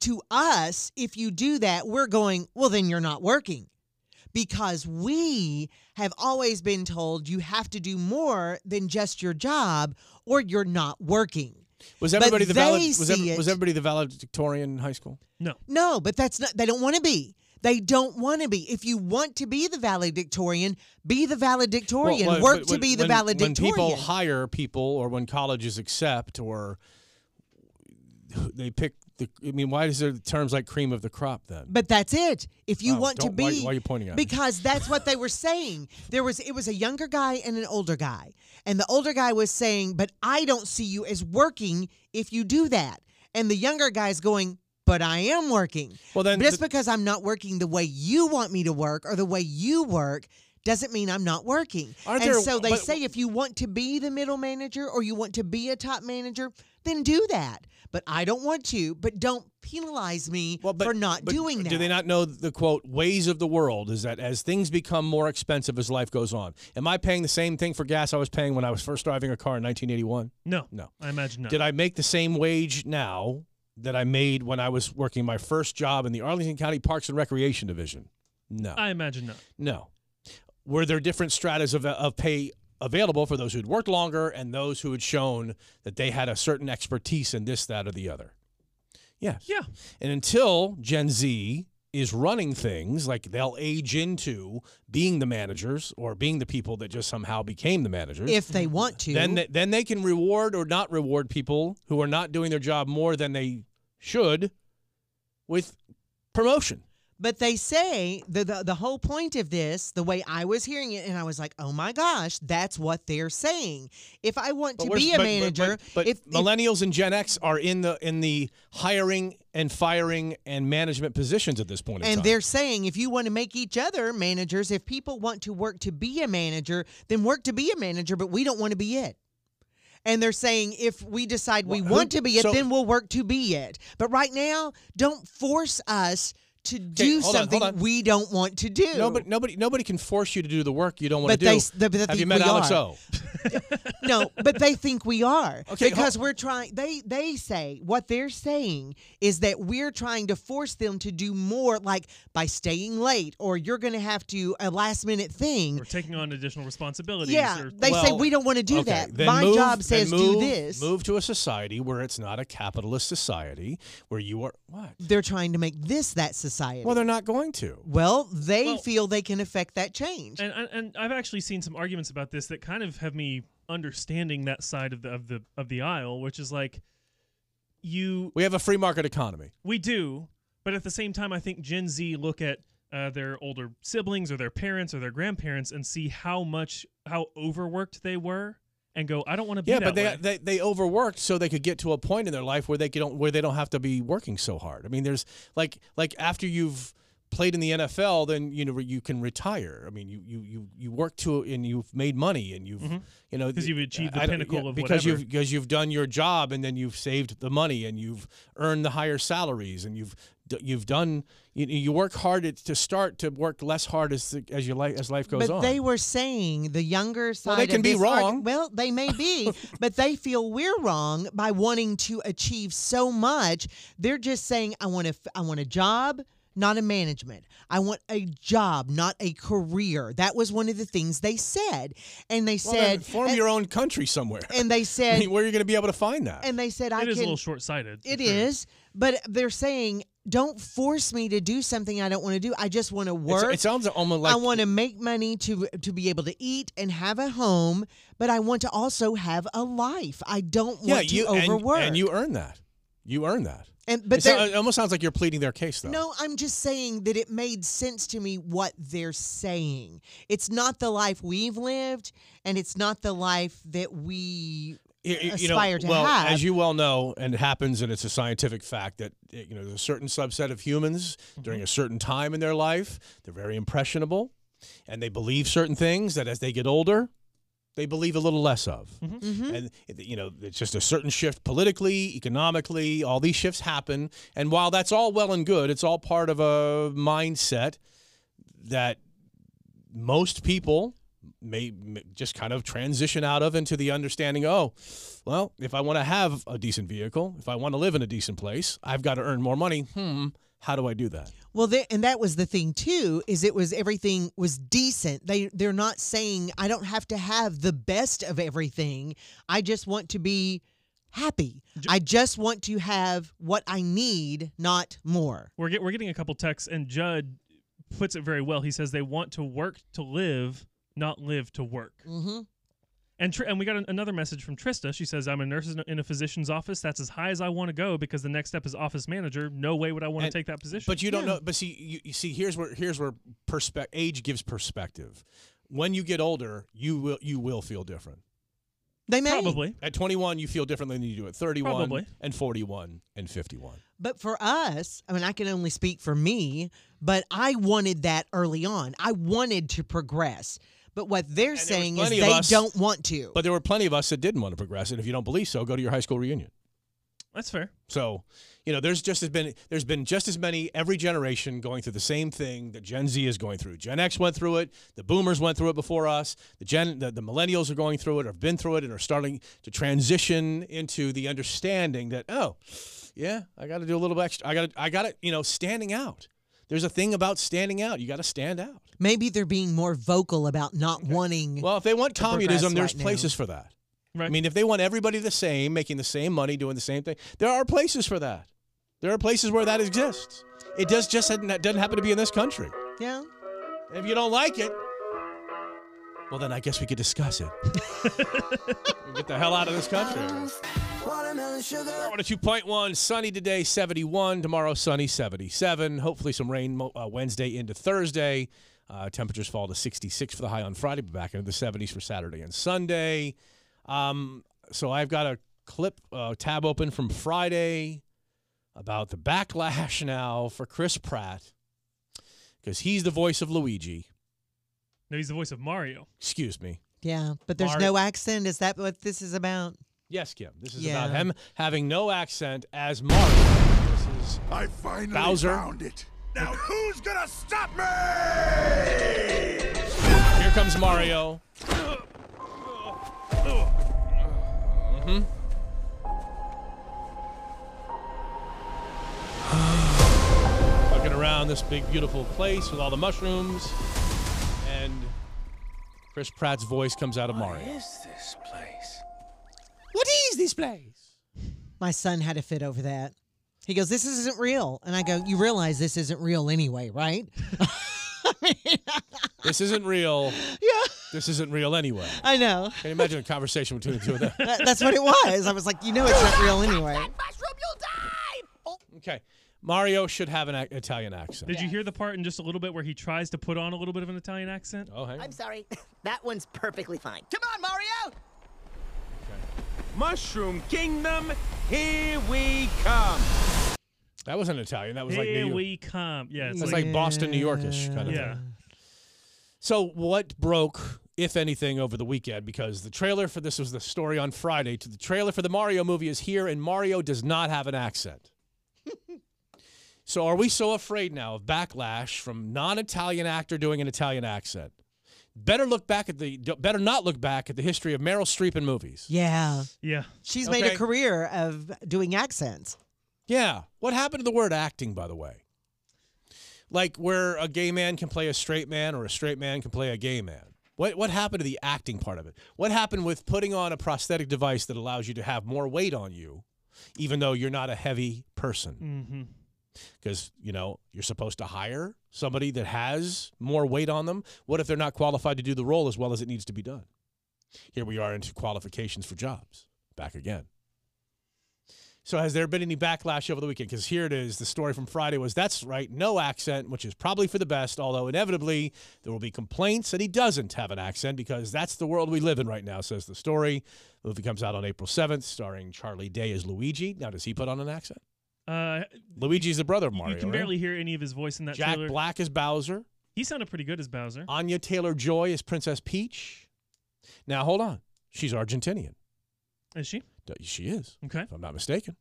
to us, if you do that, we're going, well then you're not working. Because we have always been told you have to do more than just your job or you're not working. Was But everybody the valid, they was, see ev- it- was everybody the valedictorian in high school? No. No, but that's not, they don't want to be. They don't want to be. If you want to be the valedictorian, be the valedictorian. Well, well, Work but to when- be the when- valedictorian. When people hire people, or when colleges accept, or they pick the. I mean, why is there terms like cream of the crop then? but that's it. If you Oh, want to don't- why- be, why are you pointing at me? Because that's what they were saying. There was it was a younger guy and an older guy, and the older guy was saying, "But I don't see you as working if you do that," and the younger guy's going. But I am working. Well, then just the- because I'm not working the way you want me to work or the way you work doesn't mean I'm not working. Aren't and there- so they but- say if you want to be the middle manager or you want to be a top manager, then do that. But I don't want to, but don't penalize me Well, but- for not but doing that. Do they not know the quote ways of the world? Is that as things become more expensive as life goes on? Am I paying the same thing for gas I was paying when I was first driving a car in 1981? No. No. I imagine not. Did I make the same wage now that I made when I was working my first job in the Arlington County Parks and Recreation Division? No. I imagine not. No. Were there different stratas of, of pay available for those who'd worked longer and those who had shown that they had a certain expertise in this, that, or the other? Yes. Yeah. And until Gen Z is running things like they'll age into being the managers or being the people that just somehow became the managers. if they want to. then they, then they can reward or not reward people who are not doing their job more than they should with promotion. but they say the, the the whole point of this, the way I was hearing it, and I was like, oh my gosh, that's what they're saying. If I want to But be where's- a but- but- manager, But, but if, if- millennials and Gen X are in the in the hiring and firing and management positions at this point. in and time. they're saying if you want to make each other managers, if people want to work to be a manager, then work to be a manager, but we don't want to be it. And they're saying if we decide we Wha- who- want to be it, so- then we'll work to be it. But right now, don't force us to do hold on, hold something on. we don't want to do. nobody nobody nobody can force you to do the work you don't want But to they do. s- the- the- Have the- you met we Alex Oh? are. O? no, but they think we are. [laughs] Okay, Because ho- we're trying they they say what they're saying is that we're trying to force them to do more like by staying late or you're going to have to a last minute thing. Or taking on additional responsibilities. Yeah, or- they say Well, we don't want to do okay, that. then My move- job then says do move- this. Move to a society where it's not a capitalist society where you are what? They're trying to make this that society. Well, Well, they're not going to. they Well- feel they can affect that change. and, and and I've actually seen some arguments about this that kind of have me understanding that side of the of the of the aisle, which is like you We have a free market economy. we do, but at the same time, I think Gen Z look at uh, their older siblings or their parents or their grandparents and see how much how overworked they were and go, I don't want to be Yeah, that but they, way. they they overworked so they could get to a point in their life where they could don't where they don't have to be working so hard. I mean, there's like like after you've played in the NFL, then you know you can retire. I mean, you you you you work to and you've made money and you've you know Mm-hmm. 'Cause you've achieved the I don't- pinnacle of because whatever. you've because you've done your job and then you've saved the money and you've earned the higher salaries and you've d- you've done you, you work hard at, to start to work less hard as the, as your life as life goes but on. they were saying the younger side. they of can be this argu- wrong. well, they may [laughs] be, but they feel we're wrong by wanting to achieve so much. They're just saying, "I want a, f- I want a job." Not a management. I want a job, not a career. That was one of the things they said. And they Well, then said, form and, your own country somewhere. [laughs] and I they said, mean, where are you going to be able to find that? and they said, I It is can, a little short sighted. It is, but they're saying, don't force me to do something I don't want to do. I just want to It's- work. it sounds almost like I want to make money to to be able to eat and have a home, but I want to also have a life. I don't want yeah, to you and- overwork. and, you earn that. You earn that. And- but It sou- they're- it almost sounds like you're pleading their case though. no, I'm just saying that it made sense to me what they're saying. It's not the life we've lived, and it's not the life that we Y- y- you know, aspire to well, have. as you well know, and it happens, and it's a scientific fact that uh, you know there's a certain subset of humans Mm-hmm. during a certain time in their life they're very impressionable, and they believe certain things that as they get older, they believe a little less of. Mm-hmm. And it- you know, it's just a certain shift politically, economically. All these shifts happen, and while that's all well and good, it's all part of a mindset that most people may, may just kind of transition out of into the understanding oh well if i want to have a decent vehicle if i want to live in a decent place i've got to earn more money hmm how do i do that Well, th- and that was the thing too. Is it was everything was decent. They they're not saying I don't have to have the best of everything. I just want to be happy. I just want to have what I need, not more. We're, get, we're getting a couple texts, and Judd puts it very well. He says they want to work to live, not live to work. Mm-hmm. And Tr- and we got an- another message from Trista. She says, "I'm a nurse in a- in a physician's office. That's as high as I want to go because the next step is office manager. No way would I want to And- take that position." but you don't know but see you, you see here's where here's where perspe- age gives perspective when you get older you will you will feel different They may, probably. at 21 you feel differently than you do at 31 Probably. and 41 and 51 but for us, I mean, I can only speak for me. But I wanted that early on. I wanted to progress. But what they're was saying is plenty of they us- don't want to. but there were plenty of us that didn't want to progress and if you don't believe so go to your high school reunion That's fair. So, you know, there's just as been there's been just as many every generation going through the same thing that Gen Z is going through. Gen X went through it, the boomers went through it before us, the gen the, the millennials are going through it or have been through it and are starting to transition into the understanding that, oh, yeah, I gotta do a little extra I gotta I gotta, you know, standing out. There's a thing about standing out. You gotta stand out. Maybe they're being more vocal about not wanting. Well, if they want communism, progress there's right now. places for that. Right. I mean, if they want everybody the same, making the same money, doing the same thing, there are places for that. There are places where that exists. It does just that doesn't happen to be in this country. yeah. And if you don't like it, well, then I guess we could discuss it. Get the hell out of this country. Star Water 2.1, sunny today, 71. Tomorrow, sunny, 77. Hopefully, some rain mo- uh, Wednesday into Thursday. Uh, temperatures fall to 66 for the high on Friday, but back into the 70s for Saturday and Sunday. Um, so I've got a clip uh, tab open from Friday about the backlash now for Chris Pratt because he's the voice of Luigi. No, he's the voice of Mario. Excuse me. Yeah, but there's Mar- no accent. Is that what this is about? Yes, Kim. This is Yeah. about him having no accent as Mario. This is I finally Bowser. found it. Now who's gonna stop me? Here comes Mario. Mm-hmm. Looking around this big, beautiful place with all the mushrooms, and Chris Pratt's voice comes out of Mario. What is this place? What is this place? My son had a fit over that. He goes, "This isn't real," and I go, "You realize this isn't real anyway, right?" I mean, This isn't [laughs] real. yeah, This isn't real anyway. [laughs] I know. Can you imagine a conversation between the two of them? [laughs] [laughs] That- that's what it was. I was like, "You know, it's not real anyway." Okay. Mario should have an ac- Italian accent. Did you hear the part in just a little bit where he tries to put on a little bit of an Italian accent? Oh, hang on. I'm sorry. that one's perfectly fine. Come on, Mario! Mushroom Kingdom, here we come. That wasn't Italian. That was like Here New York. we come. Yeah, it's That's like- like Boston, New Yorkish kind of Yeah. thing. So what broke, if anything, over the weekend? Because the trailer for this was the story on Friday. To the trailer for the Mario movie is here, and Mario does not have an [laughs] accent. so are we so afraid now of backlash from non-Italian actor doing an Italian accent? Better look back at the. Better not look back at the history of Meryl Streep in movies. Yeah. Yeah. She's made a Okay. career of doing accents. Yeah. What happened to the word acting, by the way? Like where a gay man can play a straight man or a straight man can play a gay man. What what happened to the acting part of it? What happened with putting on a prosthetic device that allows you to have more weight on you, even though you're not a heavy person? Mm-hmm. Because, you know, you're supposed to hire somebody that has more weight on them. What if they're not qualified to do the role as well as it needs to be done? Here we are into qualifications for jobs. Back again. So has there been any backlash over the weekend? Because here it is. The story from Friday was that's right, no accent, which is probably for the best. Although inevitably there will be complaints that he doesn't have an accent because that's the world we live in right now. Says the story. The movie comes out on April seventh, starring Charlie Day as Luigi. Now does he put on an accent? Uh, Luigi's the brother of Mario. you can right? barely hear any of his voice in that Jack trailer. Black Uh, as Bowser. He sounded pretty good as Bowser. Anya Taylor Joy as Princess Peach. Now hold on, she's Argentinian. Is she? D- She is. Okay. If I'm not mistaken.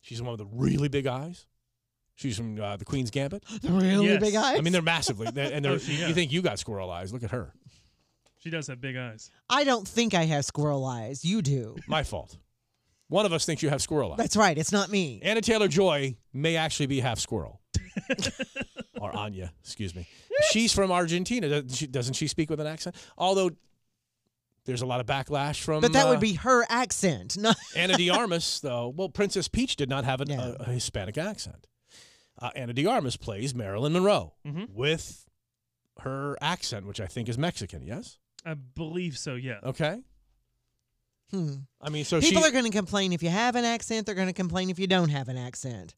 She's the one with the really big eyes. She's from uh, the Queen's Gambit. The really Yes. big eyes? I mean, they're massively. They're, and they're, [laughs] Oh, she- yeah. you think you got squirrel eyes. Look at her. She does have big eyes. I don't think I have squirrel eyes. You do. My fault. One of us thinks you have squirrel eyes. That's right. It's not me. Anna Taylor Joy may actually be half squirrel. [laughs] or Anya, excuse me. She's from Argentina. Doesn't she, doesn't she speak with an accent? Although there's a lot of backlash from. But that uh, would be her accent. No. Anna de Armas, though, well, Princess Peach did not have an, a, a Hispanic accent. Uh, Anna de Armas plays Marilyn Monroe Mm-hmm. Mhm. with her accent, which I think is Mexican. Yes. I believe so. Yeah. Okay. [laughs] Hmm. I mean, so People she. are going to complain if you have an accent. They're going to complain if you don't have an accent.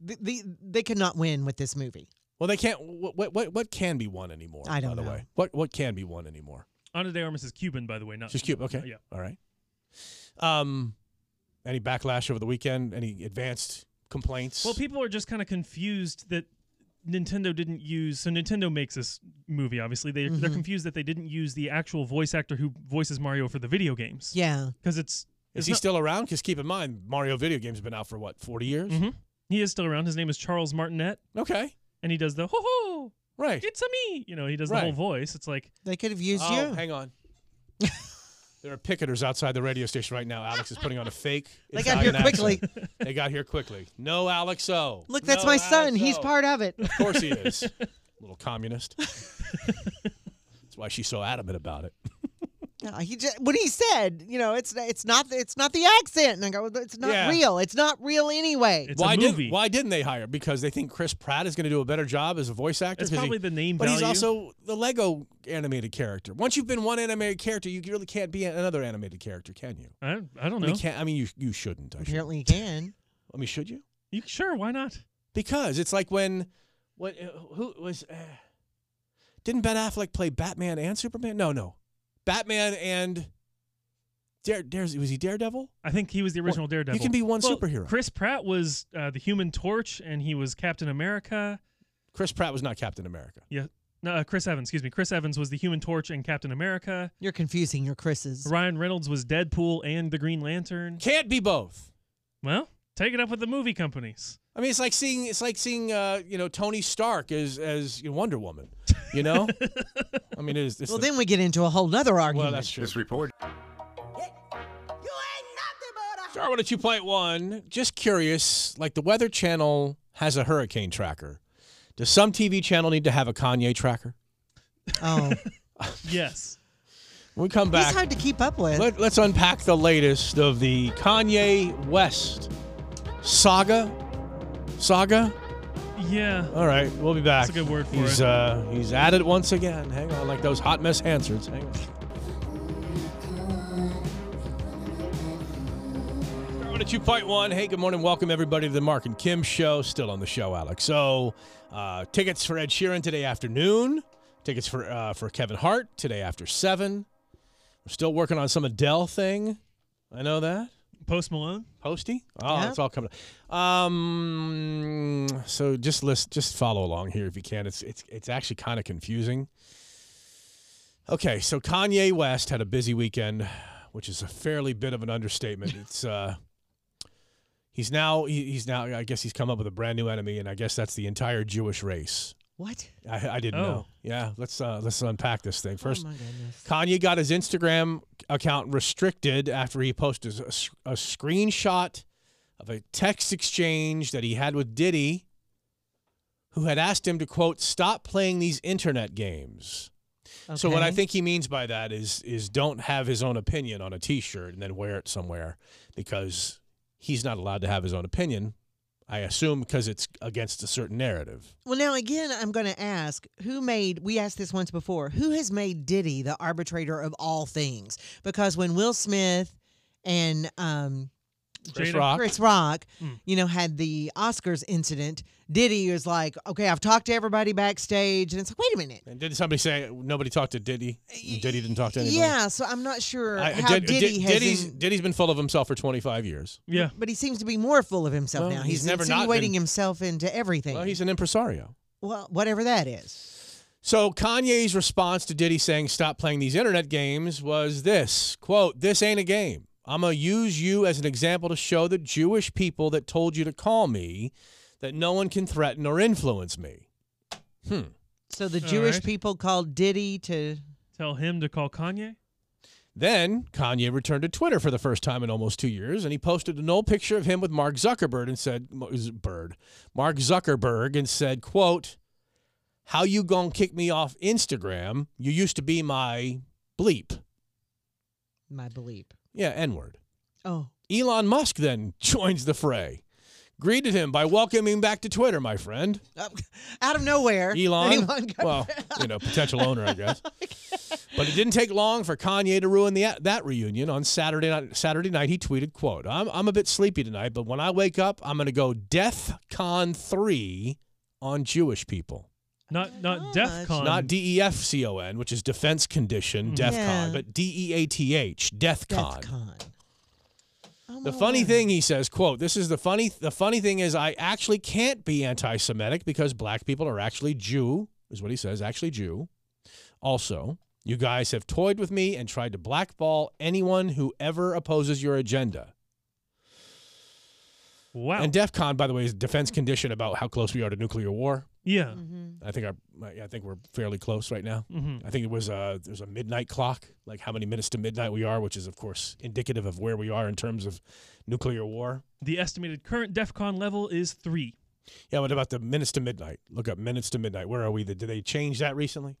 The, the, they could not win with this movie. well, they can't. What what what can be won anymore? I don't by the know. way, what what can be won anymore? Ana de Armas is Cuban, by the way. Not She's Cuban. Okay. Yeah. All right. Um, any backlash over the weekend? Any advanced complaints? Well, people are just kind of confused that Nintendo didn't use. So Nintendo makes this movie. Obviously, they they're Mm-hmm. Mhm. confused that they didn't use the actual voice actor who voices Mario for the video games. Yeah. Because it's is it's he not- still around? Because keep in mind, Mario video games have been out for what forty years. Mhm. He is still around. His name is Charles Martinet, Mm-hmm. Okay. and he does the ho ho. Right. It's a me. You know, he does the whole Right. voice. It's like They could have used oh, you. hang on. [laughs] there are picketers outside the radio station right now. Alex is putting on a fake. [laughs] They got here Italian accent. quickly. they got here quickly. No, Alex O. [laughs] Look, that's No, my son. Alex He's O. part of it. [laughs] Of course he is. Little communist. [laughs] that's why she's so adamant about it. No, Uh, he just, when he said, you know, it's it's not it's not the accent, and I go, it's not Yeah. real. It's not real anyway. why Didn't, why didn't they hire? Because they think Chris Pratt is going to do a better job as a voice actor. It's 'cause probably the name But he's value. also the Lego animated character. Once you've been one animated character, you really can't be another animated character, can you? I, I don't I mean, know. can't, I mean you you shouldn't. I, should. Apparently, he can. I mean, should you? You sure? Why not? Because it's like when what uh, who was uh, didn't Ben Affleck play Batman and Superman? No, no, Batman and Dare, Dare was he Daredevil? I think he was the original Daredevil. can be one Well, superhero. Chris Pratt was uh, the Human Torch, and he was Captain America. Chris Pratt was not Captain America. Yeah, no, uh, Chris Evans. Excuse me. Chris Evans was the Human Torch and Captain America. You're confusing your Chris's. Ryan Reynolds was Deadpool and the Green Lantern. Can't be both. Well, take it up with the movie companies. I mean, it's like seeing it's like seeing uh, you know Tony Stark as as Wonder Woman. You know, I mean, it is. It's Well, the- then we get into a whole nother argument. well, that's true. This report. Star one at two point one. Just curious, like the Weather Channel has a hurricane tracker. Does some TV channel need to have a Kanye tracker? Oh, Yes. When we come he's [laughs] back, hard to keep up with. let, let's unpack the latest of the Kanye West saga. Saga. Yeah. All right, we'll be back. That's a good word for he's, it. Uh, he's at it once again. Hang on, like those hot mess Hansards. Hang on. Star One at two point one. Hey, good morning. Welcome everybody to the Mark and Kim show. Still on the show, Alex. So, uh, tickets for Ed Sheeran today afternoon. Tickets for uh, for Kevin Hart today after seven. We're still working on some Adele thing. I know that. Post Malone? Posty? Oh, it's all coming. up. Um, so just list, just follow along here if you can. It's it's it's actually kind of confusing. Okay, so Kanye West had a busy weekend, which is a fairly bit of an understatement. It's uh, he's now he, he's now I guess he's come up with a brand new enemy, and I guess that's the entire Jewish race. What? I, I didn't Oh. know. Yeah, let's uh, let's unpack this thing first. my goodness. Kanye got his Instagram account restricted after he posted a, s- a screenshot of a text exchange that he had with Diddy, who had asked him to quote stop playing these internet games. So what I Okay. think he means by that is is don't have his own opinion on a T-shirt and then wear it somewhere because he's not allowed to have his own opinion. I assume because it's against a certain narrative. Well, now again, I'm going to ask who made, we asked this once before, who has made Diddy the arbitrator of all things? Because when Will Smith and um, Chris Jada. Rock. Chris Rock, Mm. you know, had the Oscars incident, Diddy was like, okay, I've talked to everybody backstage. And it's like, wait a minute. And didn't somebody say nobody talked to Diddy? Diddy didn't talk to anybody. Yeah, so I'm not sure I- uh, how Did- Did- Diddy has. Diddy's, in- Diddy's been full of himself for 25 years. Yeah. but he seems to be more full of himself Well, now. he's He's, never not insinuating been- himself into everything. Well, he's an impresario. well, whatever that is. So Kanye's response to Diddy saying stop playing these internet games was this, quote, this ain't a game. I'm going to use you as an example to show the Jewish people that told you to call me that no one can threaten or influence me. Hmm. So the All Jewish right. people called Diddy to. Tell him to call Kanye? Then Kanye returned to Twitter for the first time in almost two years, and he posted an old picture of him with Mark Zuckerberg and said, "Bird, Mark Zuckerberg," and said, "quote How you gonna kick me off Instagram? You used to be my bleep, My belief. yeah, N word." Oh. Elon Musk then [laughs] joins the fray, greeted him by welcoming back to Twitter, my friend. Out of nowhere. [laughs] Elon, got- [laughs] well, you know, potential owner, I guess. But it didn't take long for Kanye to ruin the, that reunion. On Saturday night, Saturday night, he tweeted, "quote I'm I'm a bit sleepy tonight, but when I wake up, I'm going to go Death Con three on Jewish people, Oh Not not DEF CON. not D E F C O N, which is defense condition, DEF Yeah. Con, but D E A T H, Death Con." Oh, The my funny word. thing he says, quote, this is the funny the funny thing is I actually can't be anti-Semitic because black people are actually Jew, is what he says, actually Jew. Also, you guys have toyed with me and tried to blackball anyone who ever opposes your agenda. Wow. And DEF CON, by the way, is defense condition about how close we are to nuclear war. Yeah. Mm-hmm. I think our, I think we're fairly close right now. Mhm. I think it was uh there's a midnight clock, like how many minutes to midnight we are, which is of course indicative of where we are in terms of nuclear war. The estimated current DEF CON level is three. Yeah, what about the minutes to midnight? Look up minutes to midnight. Where are we? Did they change that recently?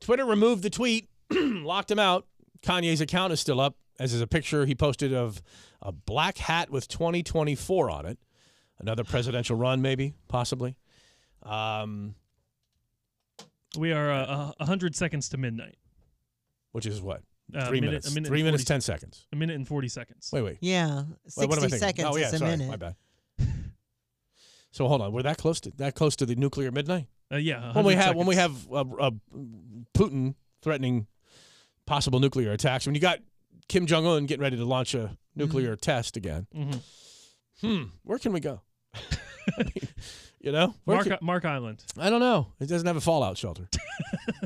Twitter removed the tweet, [clears throat] locked him out. Kanye's account is still up, as is a picture he posted of a black hat with 2024 on it. Another presidential run, maybe, possibly. Um, We are uh, a- a hundred seconds to midnight. which is what? Uh, Three minute- minutes. a minute and Three minutes, 40 10 seconds. A minute and forty seconds. Wait, wait. Yeah, Wait, what am I 60 thinking? seconds Oh, yeah, is a sorry. minute. My bad. [laughs] So hold on, we're that close to that close to the nuclear midnight. Uh, yeah, when we 100 have when we have uh, uh, Putin threatening possible nuclear attacks, when you got Kim Jong Un getting ready to launch a nuclear test again. Mhm. Hmm, where can we go? [laughs] you know, where Mark, uh, can- Mark Island. I don't know. It doesn't have a fallout shelter.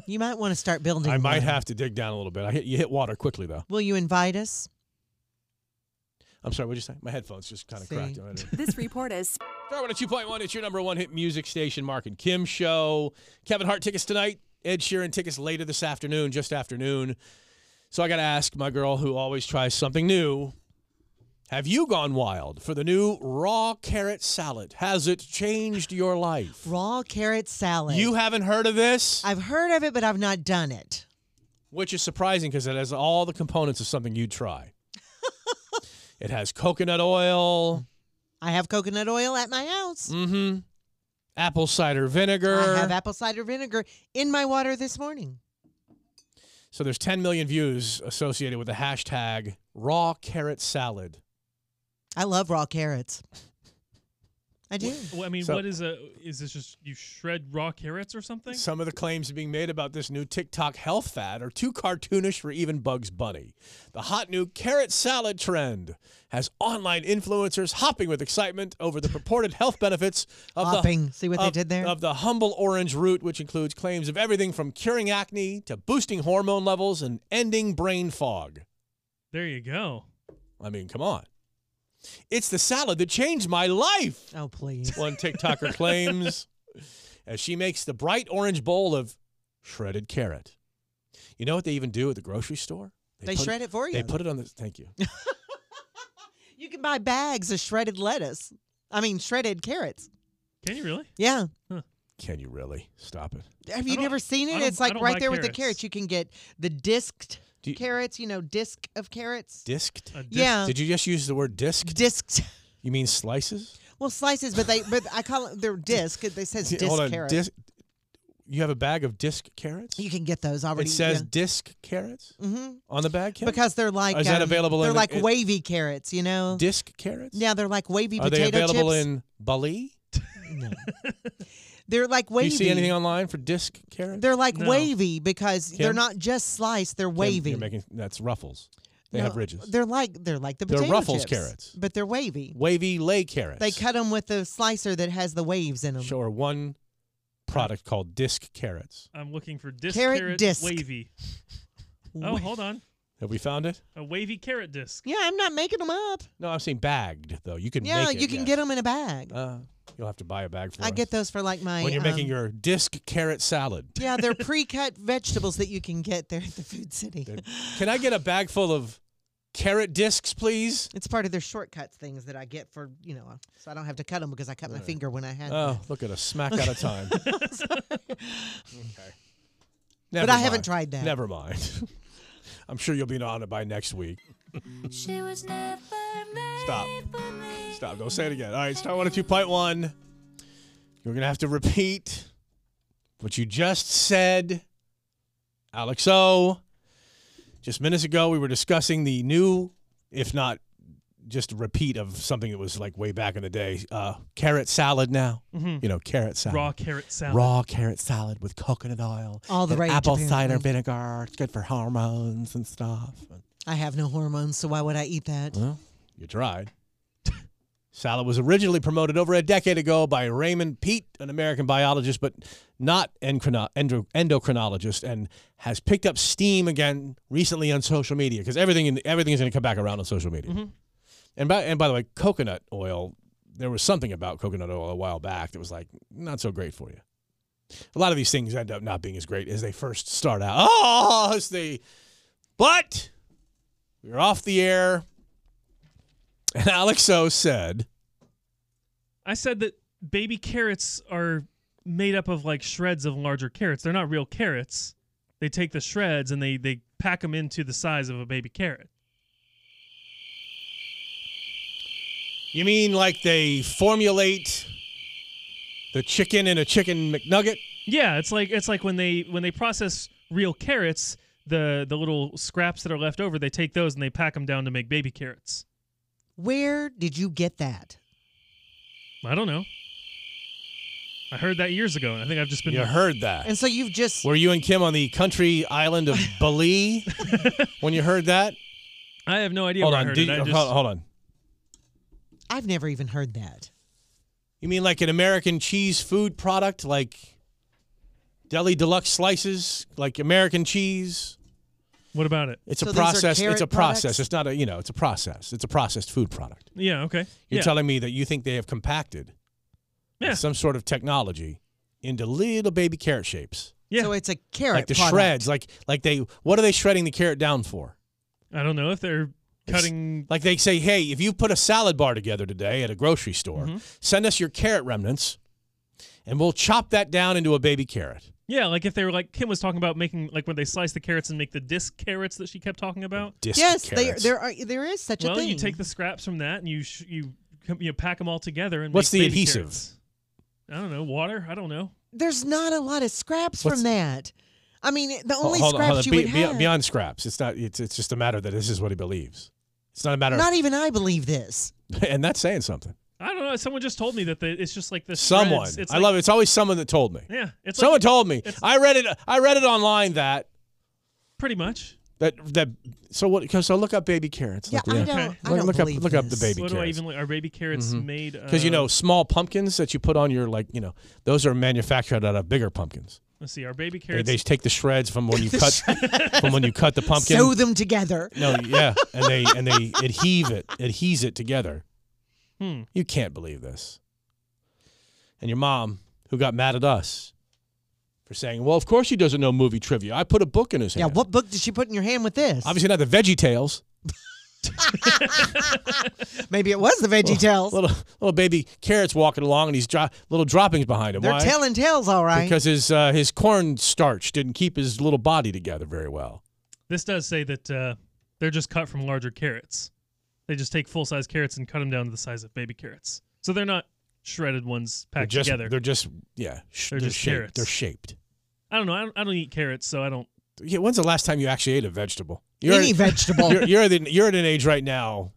You might want to start building. [laughs] I might one. have to dig down a little bit. I hit you hit water quickly though. Will you invite us? I'm sorry. What'd you say? My headphones just kind of See. cracked. I don't- [laughs] This report is Star one at two point one. It's your number one hit music station, Mark and Kim show. Kevin Hart tickets tonight. Ed Sheeran tickets later this afternoon, just afternoon. So I got to ask my girl, who always tries something new, have you gone wild for the new raw carrot salad? Has it changed your life? Raw carrot salad. You haven't heard of this, I've heard of it, but I've not done it. which is surprising because it has all the components of something [laughs] you'd try. it has coconut oil, I have coconut oil at my house. mm-hmm, apple cider vinegar. I have apple cider vinegar in my water this morning. So there's 10 million views associated with the hashtag raw carrot salad. I love raw carrots. I do. Well, I mean, So- what is a? Is this just you shred raw carrots or something? Some of the claims being made about this new TikTok health fad are too cartoonish for even Bugs Bunny. The hot new carrot salad trend has online influencers hopping with excitement over the purported health benefits of Hopping. the See what they of- did there? of the humble orange root, which includes claims of everything from curing acne to boosting hormone levels and ending brain fog. There you go. I mean, come on. It's the salad that changed my life. Oh, please. One [laughs] TikToker claims as she makes the bright orange bowl of shredded carrot. You know what they even do at the grocery store? They put shred it for They you. put it on the. Thank you. You can buy bags of shredded lettuce. I mean, shredded carrots. Can you really? Yeah. Can you really stop it? Have I you don't- never seen I it? don't- It's I like don't right buy there with the carrots. carrots. You can get the disked Do you- carrots, you know, disc of carrots. Disked? A disc- Yeah. Did you just use the word disc? Disked. You mean slices? Well, slices, but they but I call it they're disc. They says Yeah, [laughs] disc Hold on. carrot. Disc. You have a bag of disc carrots? You can get those already. It says disc carrots hmm on the bag. Kim? because they're like Is that um, available? They're in like in- wavy carrots, you know. disc carrots. yeah, they're like wavy Are they potato available chips. in Bali? they're like Do wavy. you see anything online for disc carrots? They're like No. wavy because they're Kim? not just sliced; they're Kim, wavy. You're making that's ruffles. They No, have ridges. They're like they're like the They're potato Ruffles chips, carrots. but they're wavy. Wavy lay carrots. They cut them with the slicer that has the waves in them. show her one product called disc carrots. I'm looking for disc Carrot disc. [laughs] wavy. Oh, Wa- hold on, Have we found it? a wavy carrot disc. Yeah, I'm not making them up. No, I'm saying bagged though. You can Yeah, make it, you can yes. get them in a bag. Uh, you'll have to buy a bag for I us. get those for like my when you're making um, your disc carrot salad. [laughs] Yeah, they're pre-cut vegetables that you can get there at the food city. Can I get a bag full of carrot discs, please? [laughs] It's part of their shortcuts things that I get for you know, so I don't have to cut them because I cut my finger when I had. Oh, look at us smack out of [laughs] time. them. Okay. But I haven't tried that. Never mind. [laughs] I'm sure you'll be on it by next week. She was never made Stop. for me. Stop. Don't say it again. All right, Star 102.1. You're going to have to repeat what you just said. Alex O. Just minutes ago, we were discussing the new, if not just a repeat of something that was like way back in the day uh, carrot salad now. Mhm. You know, carrot salad. Raw carrot salad. Raw carrot salad with coconut oil. All the and rage, Apple cider apparently. vinegar. It's good for hormones and stuff. I have no hormones, so why would I eat that? Well, you tried. Salad was originally promoted over a decade ago by Raymond Pete, an American biologist, but not endocrino- endo- endocrinologist, and has picked up steam again recently on social media because everything in, everything is going to come back around on social media. And by and by the way, coconut oil. There was something about coconut oil a while back that was like not so great for you. A lot of these things end up not being as great as they first start out. Oh, it's the but we're off the air. And Alex O said, I said that baby carrots are made up of like shreds of larger carrots. They're not real carrots. They take the shreds and they they pack them into the size of a baby carrot. You mean like they formulate the chicken in a chicken McNugget? Yeah, it's like it's like when they when they process real carrots, the the little scraps that are left over, they take those and they pack them down to make baby carrots. Where did you get that? I don't know. I heard that years ago, and I think I've just been You heard that. And so you've just Were you and Kim on the country island [laughs] of Bali when you heard that? I have no idea Hold where on. I heard did it. I you- just- hold, hold on. I've never even heard that. You mean like an American cheese food product, like deli deluxe slices, like American cheese? What about it? It's So a these are process. It's carrot a process. products? It's not a you know. It's a process. It's a processed food product. Yeah. Okay. You're yeah. telling me that you think they have compacted Yeah. some sort of technology into little baby carrot shapes, Yeah. So it's a carrot. like the product. shreds, like like they what are they shredding the carrot down for? I don't know if they're It's- cutting. Like they say, hey, if you put a salad bar together today at a grocery store, Mm-hmm. send us your carrot remnants, and we'll chop that down into a baby carrot. Yeah, like if they were like Kim was talking about making like when they slice the carrots and make the disc carrots that she kept talking about. Disc Yes, there carrots. there are there is such well, a thing. you take the scraps from that and you sh- you com- you pack them all together and What's make the baby adhesive? carrots. I don't know. Water. I don't know. There's not a lot of scraps What's- from that. I mean, the Hol- only hold on, scraps hold on. you Be- would be- have. beyond scraps. It's not. It's, it's just a matter that this is what he believes. It's not a matter, not even I believe this. of, [laughs] and that's saying something. I don't know. Someone just told me that they, it's just like this. Someone. It's I love it. It's always someone that told me. Yeah, it's someone like- told me. it's- I read it. I read it online that Pretty much. that that. So what? So look up baby carrots. Yeah, look, I don't- I look, don't look up. believe Look up the this. baby What do I carrots. even look- are baby carrots made, Because you uh, know small pumpkins that you put on your like you know those are manufactured out of bigger pumpkins. Let's see. Our baby They, carrots. they take the shreds from [laughs] when you cut from when you cut the pumpkin. Sew them together. No, yeah, and they and they adheve it, adheses it together. Hmm. You can't believe this. And your mom, who got mad at us for saying, "Well, of course he doesn't know movie trivia." I put a book in his Yeah, hand. what book did she put in your hand with this? Obviously not the Veggie Tales. Maybe it was the Veggie Tales. Little, little baby carrots walking along, and he's dro- little droppings behind him. They're Why? telling tales, all right. Because his uh, his corn starch didn't keep his little body together very well. This does say that uh, they're just cut from larger carrots. They just take full size carrots and cut them down to the size of baby carrots. So they're not shredded ones They're packed just, together. They're just yeah. sh- They're just shaped. carrots. They're shaped. I don't know. I don't, I don't eat carrots, so I don't. Yeah, when's the last time you actually ate a vegetable? Any [laughs] vegetable. You're, you're, at an, you're at an age right now,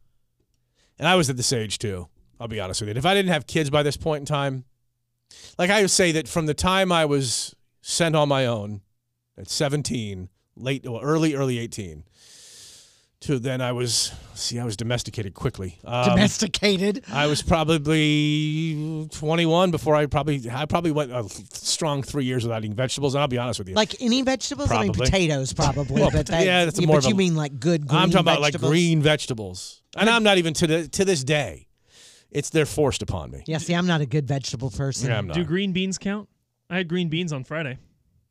and I was at this age too. I'll be honest with you. If I didn't have kids by this point in time, like I would say that from the time I was sent on my own at 17, late, well, early, early 18, to then I was, see, I was domesticated quickly. Um, Domesticated. I was probably 21 before I probably, I probably went a strong three years without eating vegetables. And I'll be honest with you. Like any vegetables? I mean, Probably. potatoes, probably. Well, but pota- that, yeah, that's yeah, more of But a- you mean like good green I'm talking about like vegetables? green vegetables, and I'm not even to the, to this day. It's they're forced upon me. Yeah, see, I'm not a good vegetable person. Yeah, I'm not. Do green beans count? I had green beans on Friday.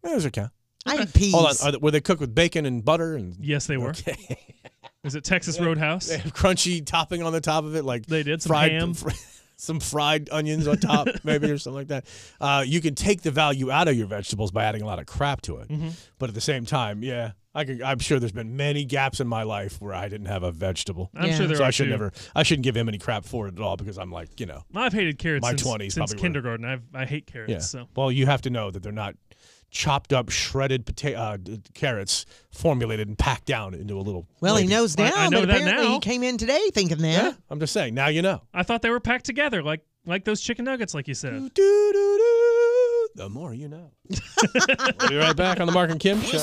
Yeah, those are kind. [laughs] I eat peas. Hold on, are they, were they cooked with bacon and butter and? Yes, they were. Okay. [laughs] Is it Texas Roadhouse? They have [laughs] crunchy topping on the top of it, like They did, some fried ham. fr- [laughs] some fried onions on [laughs] top, maybe or something like that. Uh, you can take the value out of your vegetables by adding a lot of crap to it, Mhm. but at the same time, yeah, I could, I'm sure there's been many gaps in my life where I didn't have a vegetable. I'm sure Yeah. there so I are, should too. never, I shouldn't give him any crap for it at all because I'm like, you know, I've hated carrots My since, 20s since probably were. kindergarten. I've, I hate carrots. Yeah. So Well, you have to know that they're not chopped up, shredded pota- uh, d- carrots, formulated and packed down into a little. Well, he gravy. knows now, but apparently he came in today thinking that. Yeah, I'm just saying. Now you know. I thought they were packed together, like like those chicken nuggets, like you Mm. said. The more you [laughs] know. we'll be right back on the Mark and Kim show.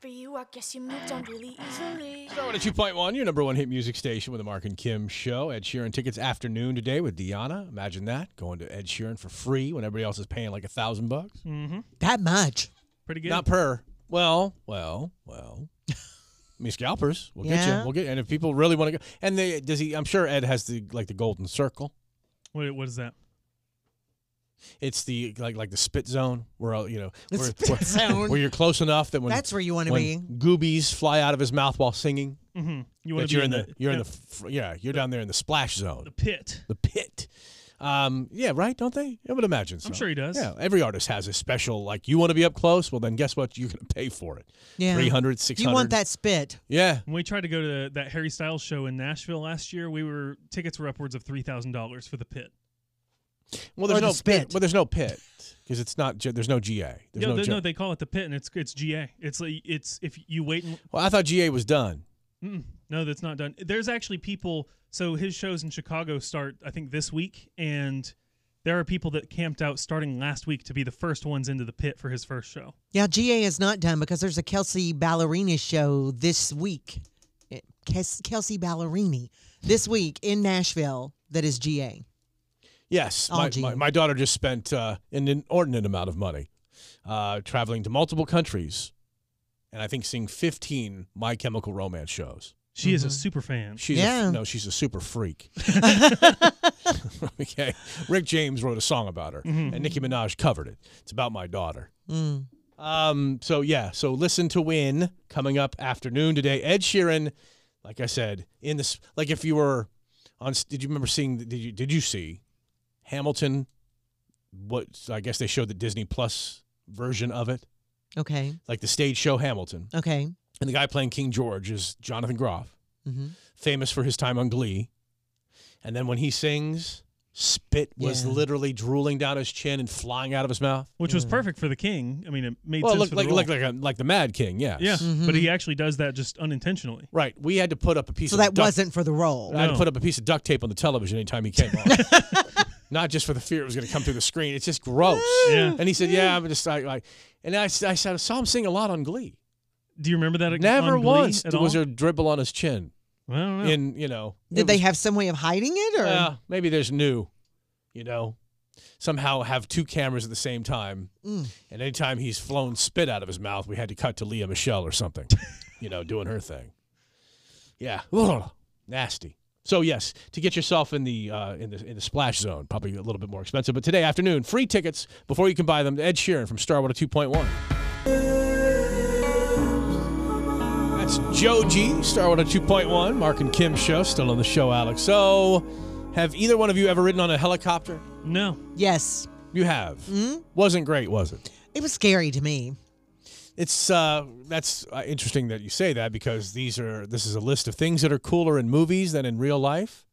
For you, I guess you moved on really easily. Starting at 2.1, your number one hit music station with the Mark and Kim show. Ed Sheeran tickets afternoon today with Deanna. Imagine that. Going to Ed Sheeran for free when everybody else is paying like a thousand bucks. Mm-hmm. That much. Pretty good. Not per. Well, well, well. [laughs] I mean, scalpers. We'll get Yeah. you. We'll get. And if people really want to go, and they does he? I'm sure Ed has the like the golden circle. What, what is that? It's the like like the spit zone where all- you know The where, spit where- zone. where you're close enough that when That's where you wanna when be. Goobies fly out of his mouth while singing. Mhm. You wanna that be you're in in the, the- you're in yeah. the fr- yeah you're down there in the splash zone. The pit. The pit. Um, yeah, right? Don't they? I would imagine. So. I'm sure he does. Yeah, every artist has a special like you want to be up close. Well, then guess what? You're gonna pay for it. Yeah. 300, You 600. want that spit. Yeah. When we tried to go to that Harry Styles show in Nashville last year, we were tickets were upwards of three thousand dollars for the pit. Well, Or there's the no spit. Well, there's no pit because it's not. G- There's no GA. There's Yeah, no. they, G- no, they call it the pit, and it's it's GA. It's like it's if you wait and well, I thought GA was done. Mm-mm. No, that's not done. There's actually people. So his shows in Chicago start, I think, this week, and there are people that camped out starting last week to be the first ones into the pit for his first show. Yeah, GA is not done because there's a Kelsey Ballerini show this week. It- Kes- Kelsey Ballerini this week in Nashville that is GA. Yes, Oh, my, gee. my, my daughter just spent uh, an inordinate amount of money uh, traveling to multiple countries, and I think seeing 15 My Chemical Romance shows. She is a super fan. She's Yeah. a, no, she's a super freak. [laughs] okay, Rick James wrote a song about her, Mhm. and Nicki Minaj covered it. It's about my daughter. Mm. Um, so yeah, so listen to win coming up afternoon today. Ed Sheeran, like I said, in this like if you were on, s- did you remember seeing? Did you did you see Hamilton? What I guess they showed the Disney Plus version of it, Okay. like the stage show Hamilton, Okay. and the guy playing King George is Jonathan Groff, Mm-hmm. famous for his time on Glee, and then when he sings, Spit was literally drooling down his chin and flying out of his mouth. Which was perfect for the king. I mean, it made Well, sense look, for the like, role. like like a- like the Mad King, yes. yeah, but he actually does that just unintentionally. Right. We had to put up a piece So of that duct- wasn't for the role. I had to No. put up a piece of duct tape on the television anytime he came on. Not just for the fear it was going to come through the screen. It's just gross. Yeah. And he said, Yeah, I'm just like, like and I, s- I s- I saw him sing a lot on Glee. Do you remember that? Never on Glee once at was all? there a dribble on his chin. I don't know. In, you know. Did they have some way of hiding it, or Yeah, maybe there's new, you know. Somehow have two cameras at the same time, Mm. and anytime he's flown spit out of his mouth, we had to cut to Leah Michelle or [laughs] something, you know, doing her thing. Yeah, [sighs] Ugh, nasty. So yes, to get yourself in the uh, in the in the splash zone, probably a little bit more expensive. But today afternoon, free tickets before you can buy them. to Ed Sheeran from Star Starwater 2.1. That's Joe G, Star Starwater 2.1, Mark and Kim show still on the show. Alex, so have either one of you ever ridden on a helicopter? No. Yes. You have. Mm? Wasn't great, was it? It was scary to me. It's uh, that's uh, interesting that you say that because these are this is a list of things that are cooler in movies than in real life.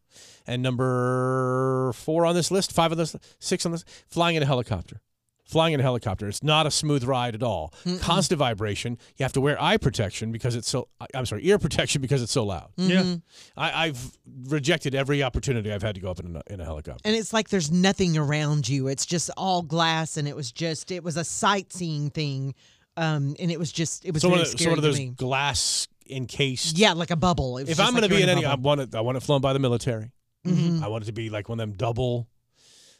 And number four on this list, five on this, six on this, flying in a helicopter. Flying in a helicopter, it's not a smooth ride at all. Constant vibration. You have to wear eye protection because it's so. I- I'm sorry, ear protection because it's so loud. Yeah. Mm-hmm. I, I've rejected every opportunity I've had to go up in a, in a helicopter. And it's like there's nothing around you. It's just all glass, and it was just it was a sightseeing thing, um, and it was just it was so very one of, the- so scary one of those to me. glass encased. Yeah, like a bubble. It was if just I'm like going to be you're in a any, I bubble. want it. I want it flown by the military. Mhm. I want it to be like one of them double,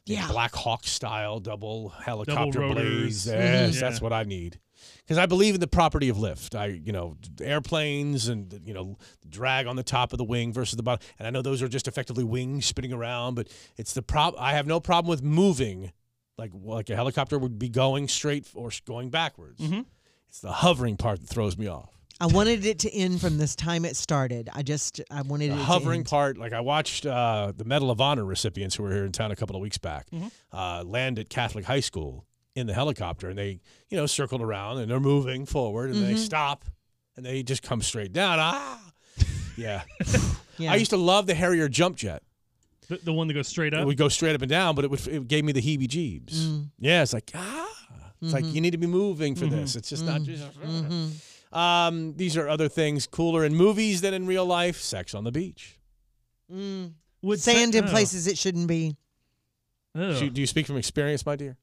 the Yeah. Black Hawk style double helicopter rotors. blades. Mm-hmm. Mhm. Yes, Yeah. that's what I need. Because I believe in the property of lift. I, you know, airplanes and you know, drag on the top of the wing versus the bottom. And I know those are just effectively wings spinning around, but it's the prop. I have no problem with moving, like like a helicopter would be going straight or going backwards. Mm-hmm. It's the hovering part that throws me off. I wanted it to end from this time it started. I just I wanted the it hovering to part. Like I watched uh, the Medal of Honor recipients who were here in town a couple of weeks back Mm-hmm. uh, land at Catholic High School in the helicopter, and they you know circled around and they're moving forward, and they Mm-hmm. Mhm. stop, and they just come straight down. [laughs] Ah, yeah. Yeah. I used to love the Harrier jump jet. The, the one that goes straight It up. would go straight up and down, but it would it gave me the heebie-jeebs. Mm. Yeah, it's like ah, it's like Mhm. you need to be moving for this. Mhm. It's just not just. uh, Mm-hmm. Um, these are other things cooler in movies than in real life. Sex on the beach. end. Mm. Would Oh. Sand sa- in oh. places it shouldn't be. Do you, do you speak from experience, my dear?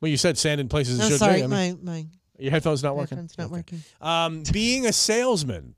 Well, you said sand in places it No, should Oh, sorry, be. I mean, my my your headphones not working. headphones not working. Um, being a salesman,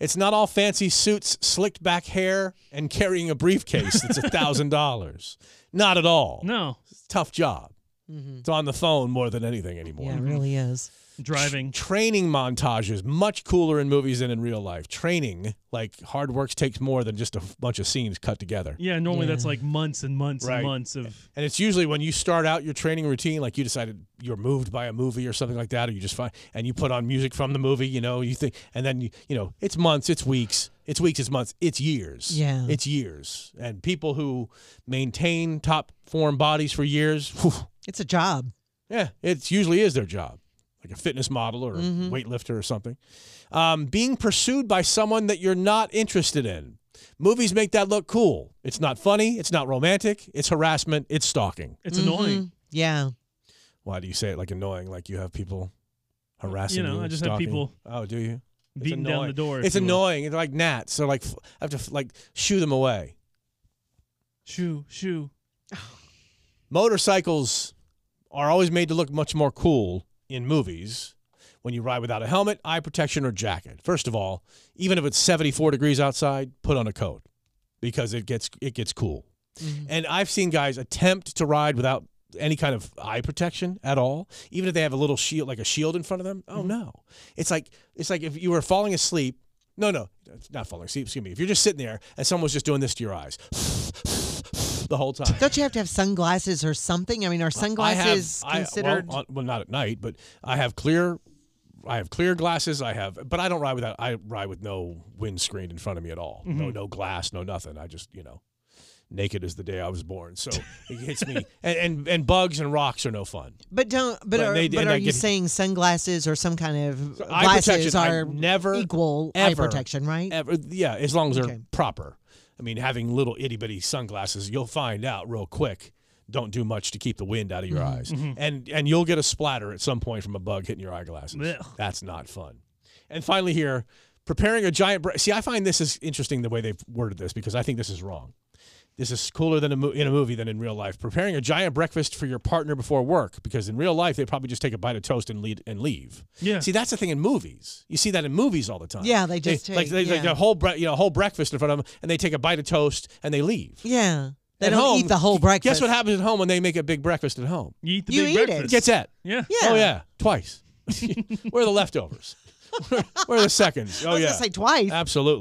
it's not all fancy suits, slicked back hair, and carrying a briefcase that's a thousand dollars. Not at all. No, It's a tough job. It's on the phone more than anything anymore. Yeah, it really is. [laughs] Driving. Training montages, much cooler in movies than in real life. Training, like hard works takes more than just a f- bunch of scenes cut together. Yeah, normally that's like months and months Right. and months of. And it's usually when you start out your training routine, like you decided you're moved by a movie or something like that, or you just find and you put on music from the movie, you know, you think, and then you, you know, it's months, it's weeks, it's weeks, it's months, it's years, Yeah. it's years. And people who maintain top form bodies for years, [laughs] whew, It's a job. yeah, it usually is their job, like a fitness model or Mhm. a weightlifter or something. Um, being pursued by someone that you're not interested in. Movies make that look cool. It's not funny. It's not romantic. It's harassment. It's stalking. It's annoying. Mm-hmm. Yeah. Why do you say it like annoying? Like you have people harassing you? know, I just have stalking? people Oh, do you? It's beating down annoying. the door, if It's you will. annoying. They're like gnats. So like f- I have to f- like shoo them away. Shoo, shoo. Motorcycles are always made to look much more cool in movies when you ride without a helmet, eye protection, or jacket. First of all, even if it's 74 degrees outside, put on a coat because it gets it gets cool. And I've seen guys attempt to ride without any kind of eye protection at all, even if they have a little shield, like a shield in front of them. Oh no! It's like it's like if you were falling asleep. No, no, it's not falling asleep. Excuse me. If you're just sitting there and someone was just doing this to your eyes [laughs] the whole time. Don't you have to have sunglasses or something? I mean, are sunglasses I have, considered? I, well, on- well, not at night, but I have clear. I have clear glasses. I have, but I don't ride without. I ride with no windscreen in front of me at all. Mm-hmm. No, Mhm. no glass, no nothing. I just, you know, naked as the day I was born. So it hits [laughs] me, and, and and bugs and rocks are no fun. but don't. But, But are, they- but and are I you get- saying sunglasses or some kind of eye glasses protection, I are never, equal eye ever, protection, right? Ever, yeah, as long as they're Okay. proper. I mean, having little itty bitty sunglasses, you'll find out real quick. Don't do much to keep the wind out of your Mhm. eyes, Mhm. and and you'll get a splatter at some point from a bug hitting your eyeglasses. Blech. That's not fun. And finally, here, preparing a giant. Bra- See, I find this is interesting the way they've worded this because I think this is wrong. This is cooler than a mo- in a movie than in real life. Preparing a giant breakfast for your partner before work because in real life they probably just take a bite of toast and lead and leave. Yeah. See, that's the thing in movies. You see that in movies all the time. Yeah, they just like take- they, like yeah. a whole bre- you know whole breakfast in front of them and they take a bite of toast and they leave. Yeah. They At don't home, eat the whole breakfast. Guess what happens at home when they make a big breakfast at home? You eat the You big eat it. breakfast. Gets that. Yeah. Oh yeah, [laughs] twice. Where are the leftovers? [laughs] Where are the seconds? Oh [laughs] I was yeah. gonna say twice. Absolutely.